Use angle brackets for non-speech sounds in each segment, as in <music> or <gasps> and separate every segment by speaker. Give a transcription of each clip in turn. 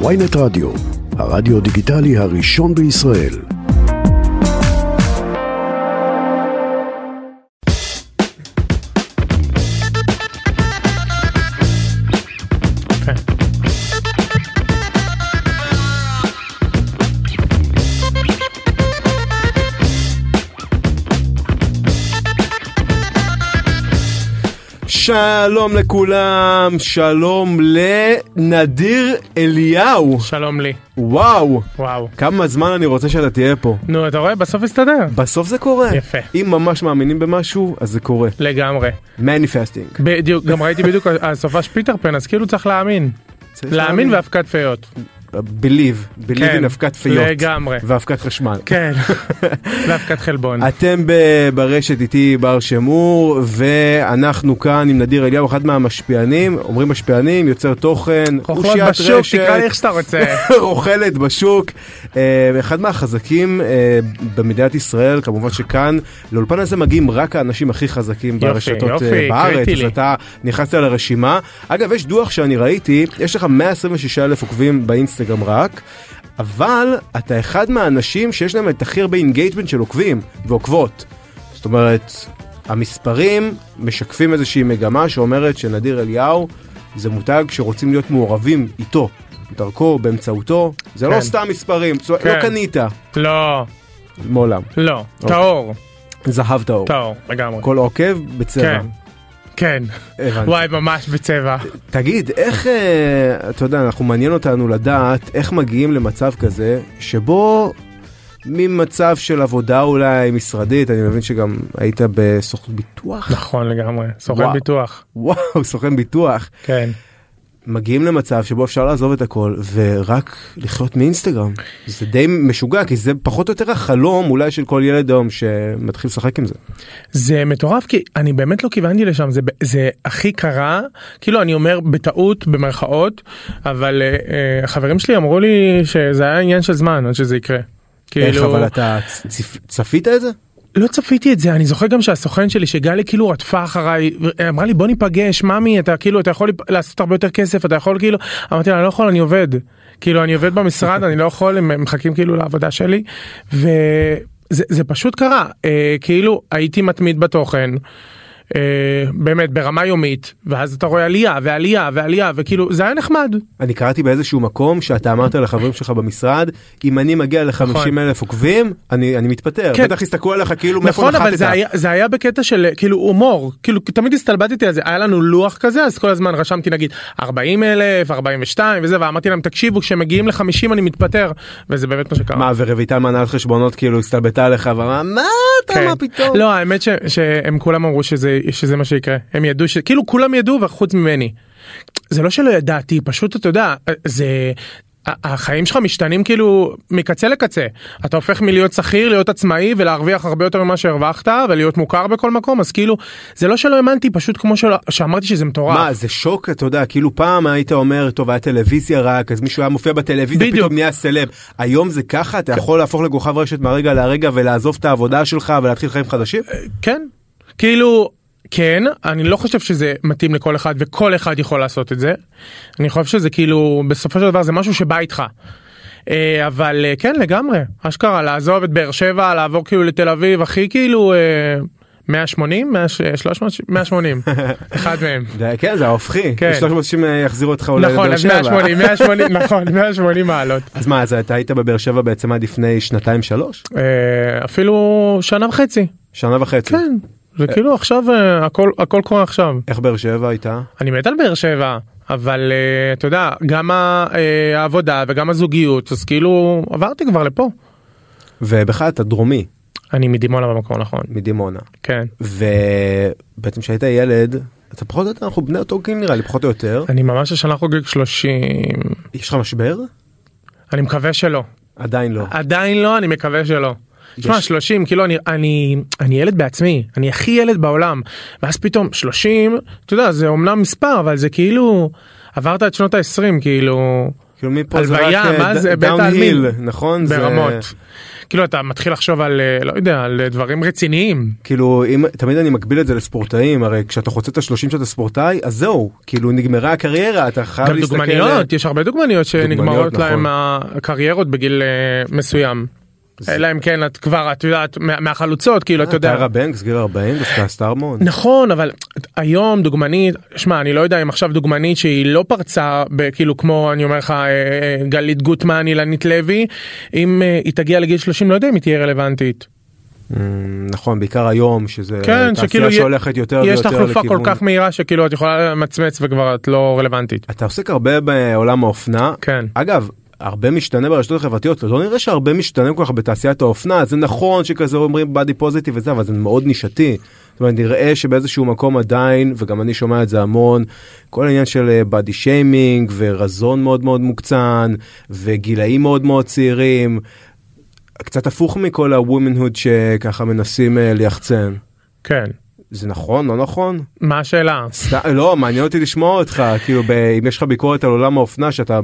Speaker 1: ויינט רדיו, הרדיו דיגיטלי הראשון בישראל.
Speaker 2: שלום לכולם, שלום לנדיר אליהו.
Speaker 3: שלום לי.
Speaker 2: וואו,
Speaker 3: וואו.
Speaker 2: כמה זמן אני רוצה שאתה תהיה פה.
Speaker 3: נו, אתה רואה? בסוף הסתדר.
Speaker 2: בסוף זה קורה.
Speaker 3: יפה.
Speaker 2: אם ממש מאמינים במשהו, אז זה קורה.
Speaker 3: לגמרי.
Speaker 2: מניפסטינג.
Speaker 3: בדיוק, גם ראיתי בדיוק <laughs> הסופש פיטר פן, אז כאילו צריך להאמין. להאמין והפקת פיות.
Speaker 2: בליב, בליב
Speaker 3: כן,
Speaker 2: אין אבקת פיות.
Speaker 3: לגמרי.
Speaker 2: ואבקת חשמל.
Speaker 3: כן. והפקת חלבון.
Speaker 2: אתם ב- ברשת איתי בר שמור, ואנחנו כאן עם נדיר אליהו, אחד מהמשפיענים, אומרים משפיענים, יוצר תוכן,
Speaker 3: חוכלות
Speaker 2: אושיית
Speaker 3: בשוק,
Speaker 2: רשת.
Speaker 3: תקרא לי איך שאתה רוצה.
Speaker 2: רוכלת בשוק, אה, אחד מהחזקים אה, במדינת ישראל, כמובן שכאן, לאולפן הזה מגיעים רק האנשים הכי חזקים
Speaker 3: יופי,
Speaker 2: ברשתות אה,
Speaker 3: יופי,
Speaker 2: בארץ,
Speaker 3: קראתי
Speaker 2: אז
Speaker 3: לי.
Speaker 2: אתה נכנסת לרשימה. אגב, יש דוח שאני ראיתי, יש לך 126 אלף עוקבים באינסטגרם רק. אבל אתה אחד מהאנשים שיש להם את הכי הרבה אינגייג'מנט של עוקבים ועוקבות. זאת אומרת, המספרים משקפים איזושהי מגמה שאומרת שנדיר אליהו זה מותג שרוצים להיות מעורבים איתו, דרכו, באמצעותו, זה לא
Speaker 3: כן.
Speaker 2: סתם מספרים, זאת אומרת, לא
Speaker 3: כן.
Speaker 2: קנית
Speaker 3: לא,
Speaker 2: מעולם,
Speaker 3: לא. טהור.
Speaker 2: זהב טהור,
Speaker 3: טהור, לגמרי.
Speaker 2: כל עוקב בצבע.
Speaker 3: כן. כן.
Speaker 2: הבנתי.
Speaker 3: וואי, ממש בצבע.
Speaker 2: תגיד, איך, אה, אתה יודע, אנחנו מעניין אותנו לדעת איך מגיעים למצב כזה, שבו ממצב של עבודה אולי משרדית, אני מבין שגם היית בסוכן ביטוח,
Speaker 3: נכון לגמרי. סוכן
Speaker 2: וואו.
Speaker 3: ביטוח.
Speaker 2: וואו, סוכן ביטוח,
Speaker 3: כן.
Speaker 2: מגיעים למצב שבו אפשר לעזוב את הכל ורק לחיות מאינסטגרם. זה די משוגע, כי זה פחות או יותר החלום אולי של כל ילד היום שמתחיל לשחק עם זה.
Speaker 3: זה מטורף כי אני באמת לא כיוונתי לשם זה, זה הכי קרה כאילו אני אומר בטעות במרכאות אבל אה, אה, החברים שלי אמרו לי שזה היה עניין של זמן עד שזה יקרה. כאילו,
Speaker 2: איך אבל אתה צ- צפ- צפית את זה?
Speaker 3: לא צפיתי את זה אני זוכר גם שהסוכן שלי שגלי כאילו רדפה אחריי אמרה לי בוא ניפגש ממי אתה כאילו אתה יכול להיפ- לעשות הרבה יותר כסף אתה יכול כאילו אמרתי לה אני לא יכול אני עובד כאילו אני עובד במשרד אני לא יכול הם הם מחכים כאילו לעבודה שלי וזה זה פשוט קרה אה, כאילו הייתי מתמיד בתוכן. אה, באמת ברמה יומית ואז אתה רואה עלייה ועלייה ועלייה וכאילו זה היה נחמד
Speaker 2: אני קראתי באיזשהו מקום שאתה אמרת לחברים שלך במשרד, אם אני מגיע ל-50
Speaker 3: נכון.
Speaker 2: אלף עוקבים, אני אני מתפטר.
Speaker 3: כן.
Speaker 2: בטח הסתכלו עליך כאילו מאיפה
Speaker 3: נכון אבל זה
Speaker 2: נחתת.
Speaker 3: היה, זה היה בקטע של אה, כאילו הומור כאילו תמיד הסתלבטתי על זה היה לנו לוח כזה אז כל הזמן רשמתי נגיד 40 אלף 42 וזה ואמרתי להם תקשיבו כשמגיעים ל-50 אני מתפטר וזה באמת מה שקרה.
Speaker 2: מה, ורויטל מנהלת חשבונות כאילו הסתלבטה עליך ואמרה, מה אתה,
Speaker 3: כן.
Speaker 2: מה פתאום?
Speaker 3: לא האמת ש, שהם כולם אמרו שזה שזה מה שיקרה הם ידעו שכאילו כולם ידעו וחוץ ממני. זה לא שלא ידעתי פשוט אתה יודע זה. ה- החיים שלך משתנים כאילו מקצה לקצה אתה הופך מלהיות שכיר להיות עצמאי ולהרוויח הרבה יותר ממה שהרווחת ולהיות מוכר בכל מקום אז כאילו זה לא שלא האמנתי פשוט כמו שלא, שאמרתי שזה מטורף.
Speaker 2: מה זה שוק אתה יודע כאילו פעם היית אומר טוב היה טלוויזיה רק אז מישהו היה מופיע בטלוויזיה
Speaker 3: בדיוק.
Speaker 2: פתאום נהיה סלב היום זה ככה אתה יכול להפוך לכוכב רשת מהרגע להרגע ולעזוב את העבודה שלך ולהתחיל חיים חדשים
Speaker 3: כן כאילו כן אני לא חושב שזה מתאים לכל אחד וכל אחד יכול לעשות את זה אני חושב שזה כאילו בסופו של דבר זה משהו שבא איתך. אה, אבל אה, כן לגמרי אשכרה לעזוב את באר שבע לעבור כאילו לתל אביב הכי כאילו אה, 180 100, 300
Speaker 2: <laughs>
Speaker 3: 180 אחד מהם.
Speaker 2: זה- כן זה ההופכי
Speaker 3: כן.
Speaker 2: 360 יחזירו אה, אותך אולי
Speaker 3: נכון
Speaker 2: לבאר
Speaker 3: אז
Speaker 2: שבע <laughs>
Speaker 3: 180 180 נכון 180 מעלות
Speaker 2: אז מה אז אתה היית בבאר שבע בעצם עד לפני שנתיים שלוש
Speaker 3: אה, אפילו שנה וחצי
Speaker 2: שנה וחצי
Speaker 3: כן זה כאילו עכשיו אה, הכל הכל קורה עכשיו.
Speaker 2: איך באר שבע הייתה
Speaker 3: אני מת על באר שבע אבל אה, אתה יודע גם ה- אה, העבודה וגם הזוגיות אז כאילו עברתי כבר לפה.
Speaker 2: ובכלל אתה דרומי
Speaker 3: אני מדימונה במקום נכון
Speaker 2: מדימונה
Speaker 3: כן
Speaker 2: ובעצם כשהיית ילד אתה פחות או יותר אנחנו בני אותו גיל נראה לי פחות או יותר
Speaker 3: אני ממש השנה חוגג 30
Speaker 2: יש לך משבר
Speaker 3: אני מקווה שלא
Speaker 2: עדיין לא
Speaker 3: עדיין לא אני מקווה שלא.
Speaker 2: יש.
Speaker 3: תשמע 30 כאילו אני אני אני ילד בעצמי אני הכי ילד בעולם ואז פתאום 30 אתה יודע זה אומנם מספר אבל זה כאילו עברת את שנות ה-20 כאילו.
Speaker 2: כן. כאילו מפה זה
Speaker 3: הלוויה,
Speaker 2: רק
Speaker 3: מה זה, בית
Speaker 2: דאון-היל,
Speaker 3: העלמין.
Speaker 2: נכון? זה-
Speaker 3: ברמות. כאילו אתה מתחיל לחשוב על אה, לא יודע על אה, דברים רציניים
Speaker 2: כאילו אם תמיד אני מקביל את זה לספורטאים הרי כשאתה חוצה את השלושים שאתה ספורטאי אז זהו כאילו נגמרה הקריירה אתה חייב
Speaker 3: גם
Speaker 2: להסתכל.
Speaker 3: דוגמניות יש הרבה דוגמניות שנגמרות
Speaker 2: דוגמניות,
Speaker 3: להם
Speaker 2: נכון.
Speaker 3: הקריירות בגיל אה, מסוים.
Speaker 2: זה-
Speaker 3: אלא אם כן את כבר את יודעת מה- מהחלוצות כאילו אתה יודע.
Speaker 2: אה, טרה בנקס גיל 40 דווקא עשתה המון.
Speaker 3: נכון אבל היום דוגמנית שמע אני לא יודע אם עכשיו דוגמנית שהיא לא פרצה ב- כאילו כמו אני אומר לך אה, אה, גלית גוטמן אילנית לוי אם אה, היא תגיע לגיל 30 לא יודע אם היא תהיה רלוונטית.
Speaker 2: אמ, נכון בעיקר היום שזה
Speaker 3: כן שכאילו
Speaker 2: אה, תעשייה
Speaker 3: יה-
Speaker 2: שהולכת יותר ויותר
Speaker 3: יש תחלופה כל
Speaker 2: לכיוון-
Speaker 3: כך מהירה שכאילו את יכולה למצמץ וכבר את לא רלוונטית.
Speaker 2: אתה עוסק הרבה בעולם האופנה.
Speaker 3: כן.
Speaker 2: אגב, הרבה משתנה ברשתות החברתיות, לא נראה שהרבה משתנה כל כך בתעשיית האופנה, זה נכון שכזה אומרים בדי פוזיטיב וזה, אבל זה מאוד נישתי. זאת אומרת, נראה שבאיזשהו מקום עדיין, וגם אני שומע את זה המון, כל העניין של בדי שיימינג ורזון מאוד מאוד מוקצן, וגילאים מאוד מאוד צעירים, קצת הפוך מכל הוומנהוד שככה מנסים אה, ליחצן.
Speaker 3: כן.
Speaker 2: זה נכון, לא נכון?
Speaker 3: מה השאלה?
Speaker 2: סת- לא, מעניין אותי לשמוע אותך, כאילו ב- אם יש לך ביקורת על עולם האופנה שאתה...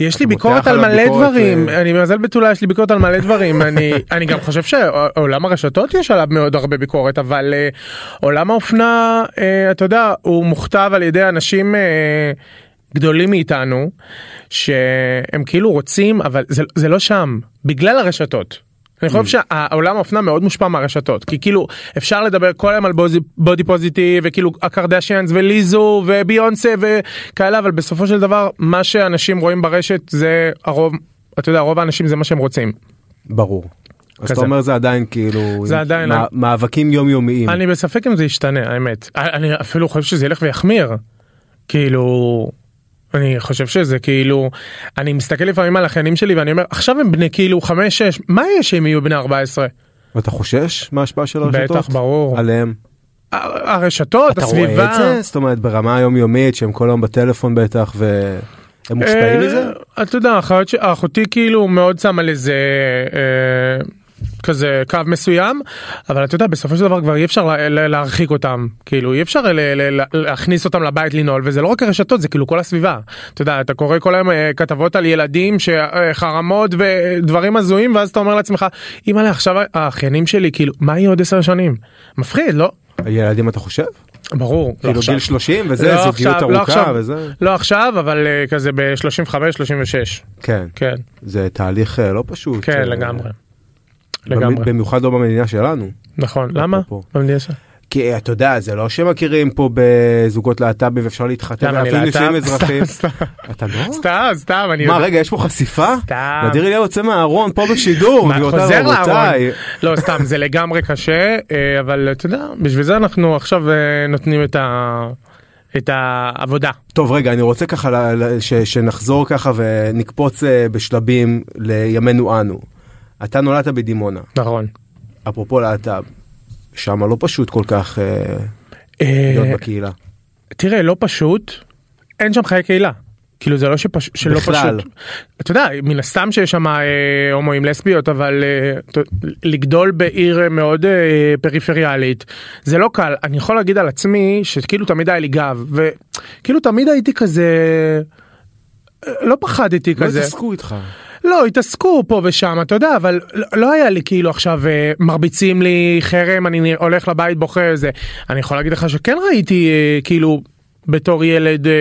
Speaker 3: יש לי
Speaker 2: אתה
Speaker 3: ביקורת
Speaker 2: מותח
Speaker 3: על
Speaker 2: עליו
Speaker 3: מלא
Speaker 2: ביקורת,
Speaker 3: דברים,
Speaker 2: אה,
Speaker 3: אני מזל בתולה יש לי ביקורת על מלא דברים, <laughs> אני אני גם חושב שעולם הרשתות יש עליו מאוד הרבה ביקורת, אבל אה, עולם האופנה, אה, אתה יודע, הוא מוכתב על ידי אנשים אה, גדולים מאיתנו, שהם כאילו רוצים, אבל זה- זה לא שם, בגלל הרשתות. אני חושב
Speaker 2: Mm.
Speaker 3: שהעולם האופנה מאוד מושפע מהרשתות כי כאילו אפשר לדבר כל היום על בוזי- בודי פוזיטיב וכאילו הקרדשיאנס וליזו וביונסה וכאלה אבל בסופו של דבר מה שאנשים רואים ברשת זה הרוב אתה יודע רוב האנשים זה מה שהם רוצים.
Speaker 2: Mm. ברור. אז
Speaker 3: כזה.
Speaker 2: אתה אומר זה עדיין כאילו...
Speaker 3: זה עדיין-
Speaker 2: מא- מאבקים יומיומיים.
Speaker 3: אני בספק אם זה ישתנה האמת אני אפילו חושב שזה ילך ויחמיר כאילו. אני חושב שזה כאילו אני מסתכל לפעמים על החיינים שלי ואני אומר עכשיו הם בני כאילו 5-6 מה יש אם יהיו בני 14
Speaker 2: ואתה חושש מההשפעה של הרשתות?
Speaker 3: בטח ברור
Speaker 2: עליהם.
Speaker 3: ה- הרשתות
Speaker 2: אתה רואה
Speaker 3: הסביבה.
Speaker 2: את זה? זאת אומרת ברמה היומיומית שהם כל היום בטלפון בטח והם מושפעים
Speaker 3: אה,
Speaker 2: מזה?
Speaker 3: אתה יודע, האחיות ש- אחותי כאילו מאוד שמה לזה אה, כזה קו מסוים, אבל אתה יודע, בסופו של דבר כבר אי אפשר לה- לה- להרחיק אותם, כאילו אי אפשר ל- ל- לה- להכניס אותם לבית לנעול, וזה לא רק הרשתות, זה כאילו כל הסביבה. אתה יודע, אתה קורא כל היום אה, כתבות על ילדים, ש- אה, חרמות ודברים הזויים, ואז אתה אומר לעצמך, אימא'לה, עכשיו האחיינים שלי, כאילו, מה יהיה עוד עשר שנים? מפחיד, לא?
Speaker 2: ילדים אתה חושב?
Speaker 3: ברור. לא
Speaker 2: כאילו
Speaker 3: עכשיו.
Speaker 2: גיל 30 וזה,
Speaker 3: לא
Speaker 2: זוגיות
Speaker 3: עכשיו, לא
Speaker 2: ארוכה
Speaker 3: עכשיו.
Speaker 2: וזה?
Speaker 3: לא עכשיו, אבל אה, כזה ב-35-36,
Speaker 2: כן.
Speaker 3: כן.
Speaker 2: זה תהליך אה, לא פשוט.
Speaker 3: כן
Speaker 2: אה,
Speaker 3: לגמרי.
Speaker 2: במ-
Speaker 3: לגמרי.
Speaker 2: במיוחד לא במדינה שלנו.
Speaker 3: נכון למה?
Speaker 2: אפרופו.
Speaker 3: במדינה שלך.
Speaker 2: כי אתה יודע זה לא שמכירים פה בזוגות להט"בים ואפשר להתחתן
Speaker 3: למה אני
Speaker 2: ואפילו נישואים
Speaker 3: להט"ב?
Speaker 2: אזרחיים.
Speaker 3: סתם, סתם.
Speaker 2: אתה לא?
Speaker 3: סתם סתם אני
Speaker 2: מה
Speaker 3: יודע.
Speaker 2: רגע יש פה חשיפה?
Speaker 3: סתם.
Speaker 2: נדיר אליהו יוצא מהארון פה בשידור.
Speaker 3: מה,
Speaker 2: גבירותיי
Speaker 3: חוזר
Speaker 2: ורבותיי.
Speaker 3: לארון. לא סתם זה לגמרי קשה אה, אבל אתה יודע בשביל זה אנחנו עכשיו אה, נותנים את ה... את העבודה.
Speaker 2: טוב רגע אני רוצה ככה ל- ל- ש- שנחזור ככה ונקפוץ אה, בשלבים לימינו אנו. אתה נולדת בדימונה
Speaker 3: נכון.
Speaker 2: אפרופו להט"ב. שמה לא פשוט כל כך אה,
Speaker 3: אה,
Speaker 2: להיות בקהילה.
Speaker 3: תראה לא פשוט אין שם חיי קהילה. כאילו זה לא שפש... שלא
Speaker 2: בכלל.
Speaker 3: פשוט. אתה יודע מן הסתם שיש שם אה, הומואים לסביות אבל אה, ת- לגדול בעיר אה, מאוד אה, פריפריאלית זה לא קל אני יכול להגיד על עצמי שכאילו תמיד היה לי גב וכאילו תמיד הייתי כזה. אה, לא פחדתי
Speaker 2: לא
Speaker 3: כזה.
Speaker 2: התעסקו איתך.
Speaker 3: לא, התעסקו פה ושם, אתה יודע, אבל לא- לא היה לי כאילו עכשיו אה, מרביצים לי חרם, אני נ- הולך לבית בוכה זה. אני יכול להגיד לך שכן ראיתי אה, כאילו בתור ילד אה,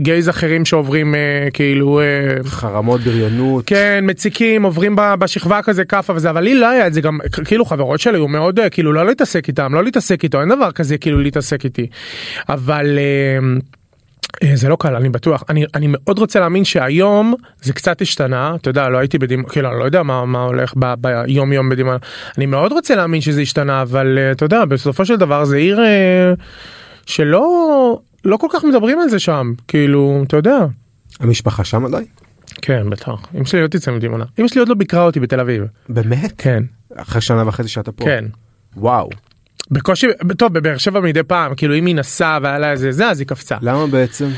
Speaker 3: גייז אחרים שעוברים אה, כאילו... אה,
Speaker 2: חרמות בריונות.
Speaker 3: כן, מציקים, עוברים ב- בשכבה כזה כאפה וזה, אבל לי לא היה את זה גם, כ- כאילו חברות שלי היו מאוד, אה, כאילו לא להתעסק איתם, לא להתעסק איתו, אין דבר כזה כאילו להתעסק איתי. אבל אה, אה, זה לא קל, אני בטוח. אני, אני מאוד רוצה להאמין שהיום זה קצת השתנה, אתה יודע, לא הייתי בדימונה, כאילו אני לא יודע מה, מה הולך ב- ביום יום בדימונה. אני מאוד רוצה להאמין שזה השתנה, אבל אה, אתה יודע, בסופו של דבר זה עיר אה, שלא, לא כל כך מדברים על זה שם, כאילו, אתה יודע.
Speaker 2: המשפחה שם עדיין?
Speaker 3: כן בטח אמא שלי לא תצא מדימונה אמא שלי עוד לא ביקרה אותי בתל אביב
Speaker 2: באמת?
Speaker 3: כן
Speaker 2: אחרי שנה וחצי שאתה פה.
Speaker 3: כן
Speaker 2: וואו.
Speaker 3: בקושי טוב בבאר שבע מדי פעם כאילו אם היא נסעה והיה לה איזה זה אז היא קפצה
Speaker 2: למה בעצם?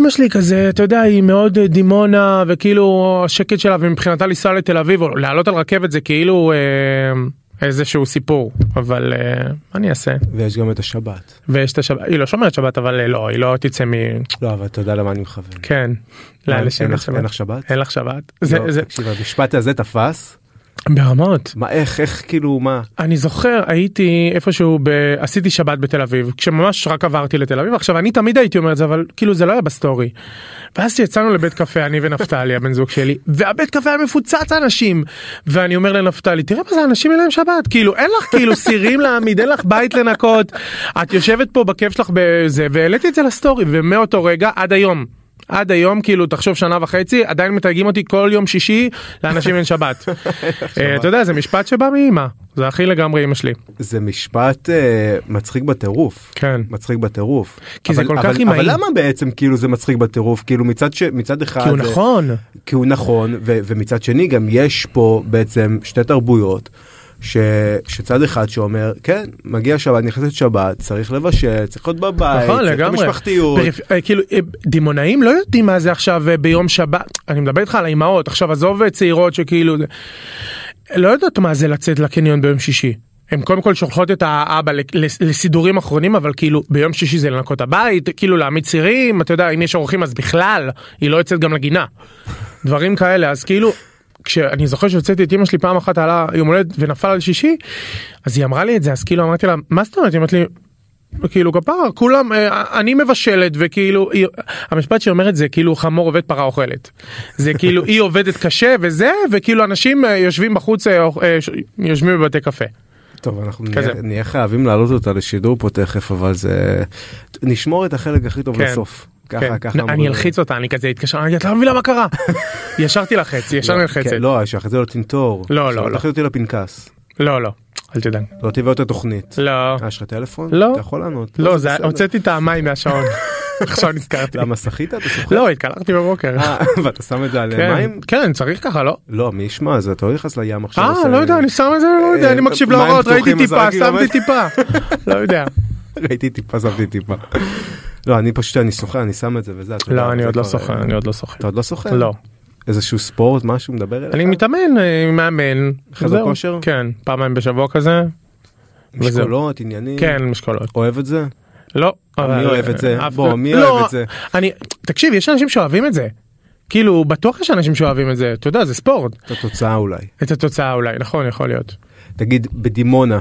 Speaker 3: אמא שלי כזה אתה יודע היא מאוד אה, דימונה וכאילו השקט שלה ומבחינתה לנסוע לתל אביב או לעלות על רכבת זה כאילו אה, איזשהו סיפור אבל אה, מה אני אעשה
Speaker 2: ויש גם את השבת.
Speaker 3: ויש את השבת היא לא שומרת שבת אבל אה, לא היא לא תצא מ...
Speaker 2: לא, אבל אתה יודע למה אני מכוון.
Speaker 3: כן.
Speaker 2: מה,
Speaker 3: לאנשים
Speaker 2: אין
Speaker 3: אין
Speaker 2: לך- אין לך שבת?
Speaker 3: אין לך שבת. זה
Speaker 2: לא,
Speaker 3: זה
Speaker 2: תקשיב, המשפט הזה תפס.
Speaker 3: ברמות.
Speaker 2: מה, איך, איך, כאילו, מה?
Speaker 3: אני זוכר הייתי איפשהו ב... עשיתי שבת בתל אביב כשממש רק עברתי לתל אביב עכשיו אני תמיד הייתי אומר את זה אבל כאילו זה לא היה בסטורי. ואז יצאנו לבית קפה אני ונפתלי <laughs> הבן זוג שלי והבית קפה היה מפוצץ אנשים ואני אומר לנפתלי תראה מה זה אנשים אין להם שבת כאילו אין לך כאילו סירים להעמיד אין לך בית לנקות את יושבת פה בכיף שלך בזה והעליתי את זה לסטורי ומאותו רגע עד היום. עד היום כאילו תחשוב שנה וחצי עדיין מתייגים אותי כל יום שישי לאנשים אין שבת. אה, אתה יודע זה משפט שבא מאימא זה הכי לגמרי אימא שלי
Speaker 2: זה משפט אה, מצחיק בטירוף.
Speaker 3: כן
Speaker 2: מצחיק בטירוף.
Speaker 3: כי זה
Speaker 2: אבל-
Speaker 3: כל כך
Speaker 2: אבל-
Speaker 3: אמהי.
Speaker 2: אבל למה בעצם כאילו זה מצחיק בטירוף? כאילו מצד ש... מצד אחד...
Speaker 3: כי הוא
Speaker 2: אה, זה-
Speaker 3: נכון
Speaker 2: כי הוא נכון, ו- ומצד שני גם יש פה בעצם שתי תרבויות. ש... שצד אחד שאומר כן מגיע שבת נכנסת שבת צריך לבשל צריך להיות בבית
Speaker 3: נכון
Speaker 2: צריך את
Speaker 3: לגמרי
Speaker 2: המשפחתיות
Speaker 3: פריפ- אה, כאילו אה, דימונאים לא יודעים מה זה עכשיו אה, ביום שבת אני מדבר איתך על האימהות עכשיו עזוב אה, צעירות שכאילו זה- לא יודעות מה זה לצאת לקניון ביום שישי. הם קודם כל שולחות את האבא לק- לס- לסידורים אחרונים אבל כאילו ביום שישי זה לנקות את הבית כאילו להעמיד צירים אתה יודע אם יש אורחים אז בכלל היא לא יוצאת גם לגינה. דברים כאלה אז כאילו כשאני זוכר שהוצאתי את אמא שלי פעם אחת עלה יום הולדת ונפל על שישי אז היא אמרה לי את זה אז כאילו אמרתי לה מה זאת אומרת היא אמרת לי כאילו כפרה כולם אה, אני מבשלת וכאילו היא, המשפט שאומר את זה כאילו חמור עובד פרה אוכלת זה כאילו היא עובדת קשה וזה וכאילו אנשים אה, יושבים בחוץ אה, אוכ- אה, ש- יושבים בבתי קפה
Speaker 2: טוב אנחנו
Speaker 3: כזה.
Speaker 2: נהיה, נהיה חייבים להעלות אותה לשידור פה תכף אבל זה נשמור את החלק הכי טוב
Speaker 3: כן.
Speaker 2: לסוף. ככה
Speaker 3: כן.
Speaker 2: ככה אמרו
Speaker 3: אני
Speaker 2: לי.
Speaker 3: אלחיץ אותה אני כזה אתקשר אני אגיד, את לא מבינה
Speaker 2: <laughs>
Speaker 3: מה קרה ישרתי לה חצי ישר
Speaker 2: לא,
Speaker 3: נלחצת
Speaker 2: כן, לא שאחרי זה לא תנטור.
Speaker 3: לא, לא,
Speaker 2: שלא
Speaker 3: לא.
Speaker 2: תכניס אותי לפנקס.
Speaker 3: לא לא אל תדאג
Speaker 2: לא תביא אותה תוכנית.
Speaker 3: לא
Speaker 2: אה, יש לך טלפון?
Speaker 3: לא.
Speaker 2: אתה יכול לענות.
Speaker 3: לא זה
Speaker 2: בסדר.
Speaker 3: הוצאתי את
Speaker 2: <laughs>
Speaker 3: המים מהשעון עכשיו נזכרתי
Speaker 2: למה שחית? אתה שוחק?
Speaker 3: לא התקלחתי בבוקר
Speaker 2: אה, <laughs> ואתה שם את זה על
Speaker 3: כן,
Speaker 2: מים?
Speaker 3: כן צריך ככה לא
Speaker 2: לא, מי ישמע, זה אתה לא נכנס לים עכשיו.
Speaker 3: אה,
Speaker 2: עושה-
Speaker 3: לא יודע, אני שם את זה, לא
Speaker 2: אה,
Speaker 3: יודע, אני מקשיב
Speaker 2: מים
Speaker 3: להוראות, ראיתי
Speaker 2: פתוחים,
Speaker 3: טיפה,
Speaker 2: אז רק
Speaker 3: שמתי
Speaker 2: באמת. <laughs>
Speaker 3: טיפה, לא יודע.
Speaker 2: ראיתי טיפה, שמתי טיפה. לא, אני פשוט, אני שוחה, אני שם את זה וזה. אתה יודע,
Speaker 3: לא, אני
Speaker 2: אה, זה
Speaker 3: עוד לא
Speaker 2: כבר-
Speaker 3: סוכן, אני עוד לא סוכן.
Speaker 2: אתה עוד לא שוחה?
Speaker 3: לא.
Speaker 2: איזשהו ספורט, משהו מדבר אליך?
Speaker 3: אני מתאמן, אה, מאמן.
Speaker 2: חדר
Speaker 3: זהו.
Speaker 2: כושר?
Speaker 3: כן, פעמיים בשבוע כזה. וזהו.
Speaker 2: משקולות, עניינים?
Speaker 3: כן, משקולות.
Speaker 2: אוהב את זה?
Speaker 3: לא.
Speaker 2: אה, מי
Speaker 3: אבל-
Speaker 2: אוהב את זה?
Speaker 3: אף-
Speaker 2: בוא, מי
Speaker 3: לא,
Speaker 2: אוהב את זה?
Speaker 3: אני, תקשיב, יש אנשים שאוהבים את זה. כאילו, בטוח יש אנשים שאוהבים את זה, אתה יודע, זה ספורט.
Speaker 2: את התוצאה אולי.
Speaker 3: את התוצאה אולי, נכון, יכול להיות.
Speaker 2: תגיד, בדימונה,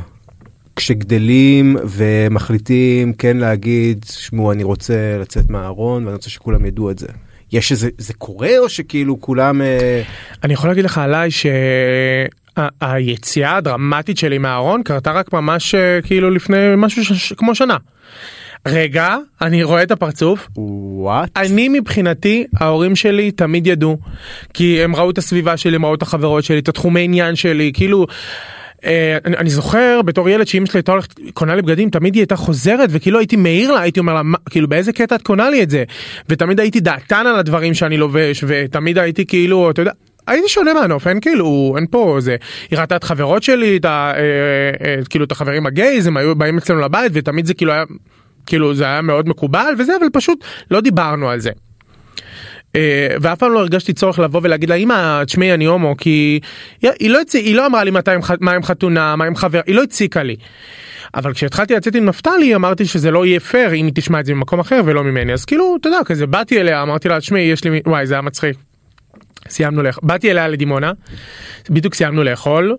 Speaker 2: כשגדלים ומחליטים כן להגיד, שמעו, אני רוצה לצאת מהארון ואני רוצה שכולם ידעו את זה. יש איזה, זה קורה או שכאילו כולם... אה,
Speaker 3: אני יכול להגיד לך עליי שהיציאה הדרמטית שלי מהארון קרתה רק ממש אה, כאילו לפני משהו ש... כמו שנה. רגע, אני רואה את הפרצוף.
Speaker 2: וואט?
Speaker 3: אני מבחינתי ההורים שלי תמיד ידעו כי הם ראו את הסביבה שלי הם ראו את החברות שלי את התחומי עניין שלי כאילו. אה, אני, אני זוכר בתור ילד שאמא שלי הייתה הולכת קונה לי בגדים תמיד היא הייתה חוזרת וכאילו הייתי מעיר לה הייתי אומר לה "מה- כאילו באיזה קטע את קונה לי את זה ותמיד הייתי דעתן על הדברים שאני לובש ותמיד הייתי כאילו אתה יודע. הייתי שונה מהנוף אין כאילו אין פה זה היא ראתה את חברות שלי את ה, אה, אה, כאילו את החברים הגייז הם היו באים אצלנו לבית ותמיד זה כאילו היה כאילו זה היה מאוד מקובל וזה אבל פשוט לא דיברנו על זה. אה, ואף פעם לא הרגשתי צורך לבוא ולהגיד לה אמא תשמעי אני הומו כי היא, היא, לא, הצ... היא לא אמרה לי מתי הם, ח- מה עם חתונה מה עם חבר היא לא הציקה לי. אבל כשהתחלתי לצאת עם נפתלי אמרתי שזה לא יהיה פייר אם היא תשמע את זה ממקום אחר ולא ממני אז כאילו אתה יודע כזה באתי אליה אמרתי לה תשמעי יש לי מי-" וואי זה היה מצחיק. סיימנו לאכול באתי אליה לדימונה בדיוק סיימנו לאכול.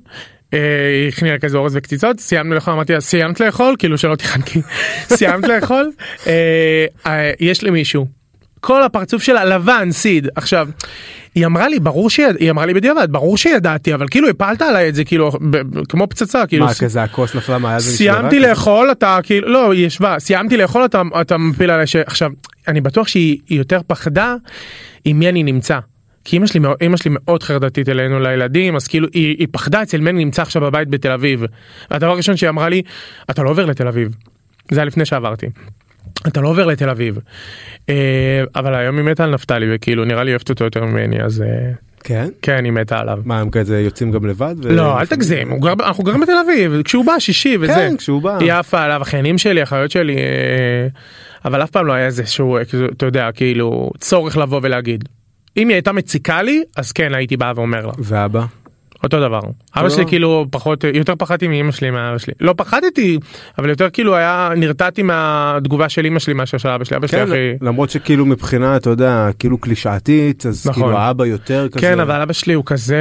Speaker 3: אה, היא הכניעה כזה אורז וקציצות סיימנו לאכול אמרתי לה סיימת לאכול כאילו שלא תחנקי <laughs> סיימת לאכול אה, אה, יש לי מישהו כל הפרצוף שלה לבן סיד עכשיו. היא אמרה לי ברור שהיא היא אמרה לי בדיעבד ברור שידעתי אבל כאילו הפלת עליי את זה כאילו ב- ב- כמו פצצה כאילו
Speaker 2: מה, כזה הכוס נפלה מהיד ונשברה?
Speaker 3: סיימתי לאכול אתה כאילו לא היא ישבה סיימתי לאכול אתה אתה מפיל עליי שעכשיו אני בטוח שהיא היא יותר פחדה עם מי אני נמצא. כי אמא שלי, מאוד- אמא שלי מאוד חרדתית אלינו לילדים אז כאילו היא, היא פחדה אצל מי אני נמצא עכשיו בבית בתל אביב. הדבר הראשון שהיא אמרה לי אתה לא עובר לתל אביב. זה היה לפני שעברתי. אתה לא עובר לתל אביב. אה, אבל היום היא מתה על נפתלי וכאילו נראה לי אוהבת אותו יותר ממני אז אה,
Speaker 2: כן?
Speaker 3: כן היא מתה עליו.
Speaker 2: מה, הם כזה יוצאים גם לבד? ו-
Speaker 3: לא אל תגזים הוא גר ב- אנחנו גרים בתל אביב כשהוא בא שישי וזה.
Speaker 2: כן, כשהוא בא.
Speaker 3: היא עפה עליו אחיינים שלי אחיות שלי אה, אבל אף פעם לא היה איזה שהוא אה, כאילו, אתה יודע כאילו צורך לבוא ולהגיד. אם היא הייתה מציקה לי אז כן הייתי בא ואומר לה
Speaker 2: ואבא?
Speaker 3: אותו דבר.
Speaker 2: לא.
Speaker 3: אבא שלי כאילו פחות, יותר פחדתי מאמא שלי מאבא שלי. לא פחדתי, אבל יותר כאילו היה, נרתעתי מהתגובה של אמא שלי מאשר של אבא שלי. אבא שלי
Speaker 2: כן,
Speaker 3: הכי...
Speaker 2: למרות שכאילו מבחינה, אתה יודע, כאילו קלישאתית, אז
Speaker 3: נכון.
Speaker 2: כאילו האבא יותר כזה.
Speaker 3: כן, אבל אבא שלי הוא כזה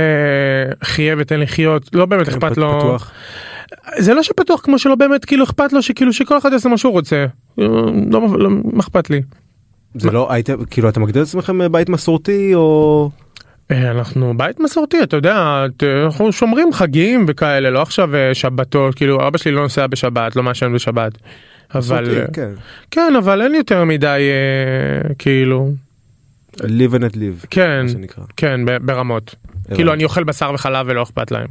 Speaker 3: אה, חיה ותן לחיות, לא באמת אכפת
Speaker 2: פת-
Speaker 3: לו.
Speaker 2: כן, פתוח.
Speaker 3: זה לא שפתוח כמו שלא באמת כאילו אכפת לו שכאילו שכל אחד יעשה מה שהוא רוצה. אה, לא לא- מה אכפת לי.
Speaker 2: זה לא, היית, כאילו, אתה מגדיר את עצמכם אה, בית מסורתי, או...
Speaker 3: אה, אנחנו בית מסורתי אתה יודע את- אנחנו שומרים חגים וכאלה לא עכשיו אה, שבתות כאילו אבא שלי לא נוסע בשבת לא מעשן בשבת. אבל
Speaker 2: מסורתי, כן.
Speaker 3: כן אבל אין יותר מדי אה, כאילו
Speaker 2: live and not live.
Speaker 3: כן
Speaker 2: מה שנקרא.
Speaker 3: כן ב- ברמות
Speaker 2: הבנתי.
Speaker 3: כאילו אני אוכל בשר וחלב ולא אכפת להם.